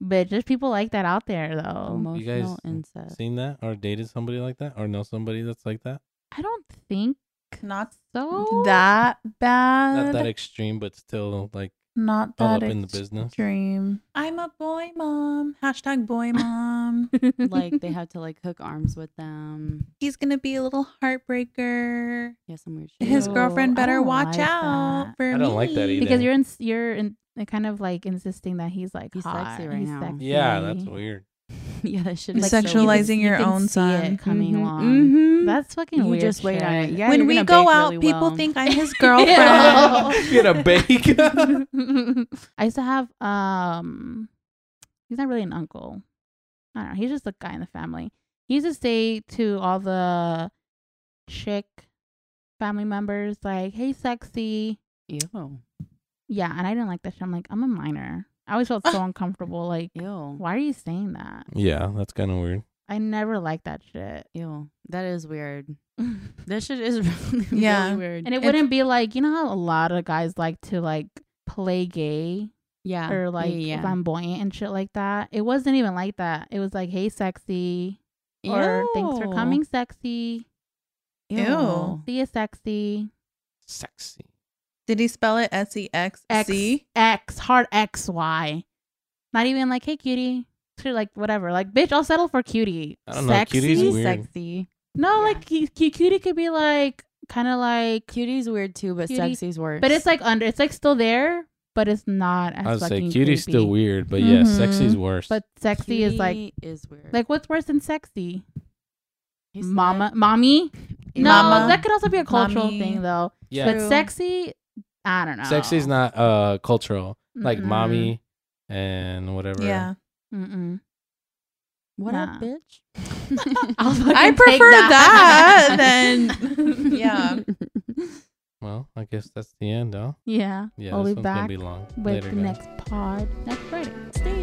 Speaker 1: But there's people like that out there though.
Speaker 2: Emotional
Speaker 3: you guys
Speaker 2: incest.
Speaker 3: seen that or dated somebody like that or know somebody that's like that?
Speaker 1: I don't think
Speaker 4: Not
Speaker 1: so.
Speaker 4: that bad.
Speaker 3: Not that extreme, but still like
Speaker 4: Not
Speaker 3: all
Speaker 4: that
Speaker 3: up in the business.
Speaker 4: extreme. I'm a boy mom. Hashtag boy mom.
Speaker 2: like they have to like hook arms with them.
Speaker 4: He's gonna be a little heartbreaker.
Speaker 2: Yeah, some weird shit.
Speaker 4: His
Speaker 1: Ew, I
Speaker 4: girlfriend better
Speaker 1: don't
Speaker 4: watch
Speaker 1: like
Speaker 4: out
Speaker 1: that.
Speaker 4: for
Speaker 3: I don't like that
Speaker 4: me.
Speaker 3: either.
Speaker 1: because you're in, you're in, kind of like insisting that he's like
Speaker 2: He's sexy
Speaker 1: hot,
Speaker 2: right
Speaker 1: he's
Speaker 2: now.
Speaker 1: sexy.
Speaker 3: Yeah, that's weird.
Speaker 2: yeah, that shit
Speaker 1: Like,
Speaker 2: is
Speaker 4: Sexualizing
Speaker 2: so
Speaker 1: you can-
Speaker 4: your
Speaker 1: you can
Speaker 4: own
Speaker 1: see
Speaker 4: son.
Speaker 1: it coming along.
Speaker 2: Mm-hmm.
Speaker 1: That's fucking
Speaker 2: you
Speaker 1: weird.
Speaker 2: just wait on it.
Speaker 1: shit.
Speaker 2: Yeah,
Speaker 4: when
Speaker 2: you're
Speaker 4: we
Speaker 2: gonna
Speaker 4: go
Speaker 2: bake
Speaker 4: out,
Speaker 2: really
Speaker 4: people
Speaker 2: well.
Speaker 4: think I'm his
Speaker 1: Ew.
Speaker 4: girlfriend.
Speaker 3: Get a bake.
Speaker 1: I used to have um he's not really an uncle. I don't know, he's just a guy in the family. He used to say to all the chick family members, like, Hey sexy.
Speaker 2: Ew.
Speaker 1: Yeah, and I didn't like that shit. I'm like, I'm a minor. I always felt so uncomfortable. Like,
Speaker 2: Ew.
Speaker 1: why are you saying that?
Speaker 3: yeah, that's kind of weird.
Speaker 1: I never liked that shit.
Speaker 2: Ew. That is weird.
Speaker 1: and
Speaker 2: That shit is really,
Speaker 4: Yeah.
Speaker 2: really weird.
Speaker 1: it wouldn't be like, you know how a lot of guys like to like play gay
Speaker 2: yeah.
Speaker 1: or like
Speaker 2: yeah, yeah.
Speaker 1: flamboyant and shit like that. It wasn't even like that. It was like, hey, sexy, or thanks for
Speaker 2: Ew.
Speaker 1: coming, sexy.
Speaker 2: Ew.
Speaker 4: Ew.
Speaker 1: See you, sexy.
Speaker 3: Sexy.
Speaker 4: Did he spell it S E X
Speaker 1: X
Speaker 4: C?
Speaker 1: X hard X Y. Not even like, hey, cutie. Sure, like whatever. Like, bitch, I'll settle for cutie.
Speaker 3: I don't know, cutie's
Speaker 1: Sexy?
Speaker 3: weird.
Speaker 2: Sexy.
Speaker 1: No,
Speaker 2: Yeah.
Speaker 1: like cu- cu- cutie could be like kind of like,
Speaker 2: Cutie's weird too, but
Speaker 1: Cutie.
Speaker 2: sexy's worse.
Speaker 1: but it's like under. It's like still there, but it's not as
Speaker 3: I would say
Speaker 1: fucking
Speaker 3: cutie's still
Speaker 1: creepy.
Speaker 3: weird, but yeah,
Speaker 4: Mhm.
Speaker 3: sexy's worse.
Speaker 1: But sexy is like,
Speaker 2: Cutie is weird.
Speaker 1: like what's worse than sexy?
Speaker 2: He's
Speaker 1: Mama, mommy. No,
Speaker 4: Mama.
Speaker 1: that could also be a cultural
Speaker 4: Mommy.
Speaker 1: thing though.
Speaker 3: Yeah.
Speaker 1: But
Speaker 4: True.
Speaker 1: sexy, I don't know.
Speaker 3: Sexy is not uh cultural. Like
Speaker 1: Mm-mm.
Speaker 3: mommy and whatever.
Speaker 4: Yeah.
Speaker 1: Mm-mm.
Speaker 2: What
Speaker 1: Nah.
Speaker 2: up, bitch? Ah,
Speaker 1: I'll
Speaker 4: I
Speaker 1: fucking take
Speaker 4: prefer
Speaker 1: that.
Speaker 4: that than- yeah.
Speaker 3: Well, I guess that's the end, huh?
Speaker 1: Yeah.
Speaker 3: Yeah,
Speaker 1: I'll
Speaker 3: this
Speaker 1: be
Speaker 3: one's gonna
Speaker 1: back
Speaker 3: be long.
Speaker 1: with
Speaker 3: Later,
Speaker 1: the
Speaker 3: guys.
Speaker 1: next pod next Friday. Stay
Speaker 4: um,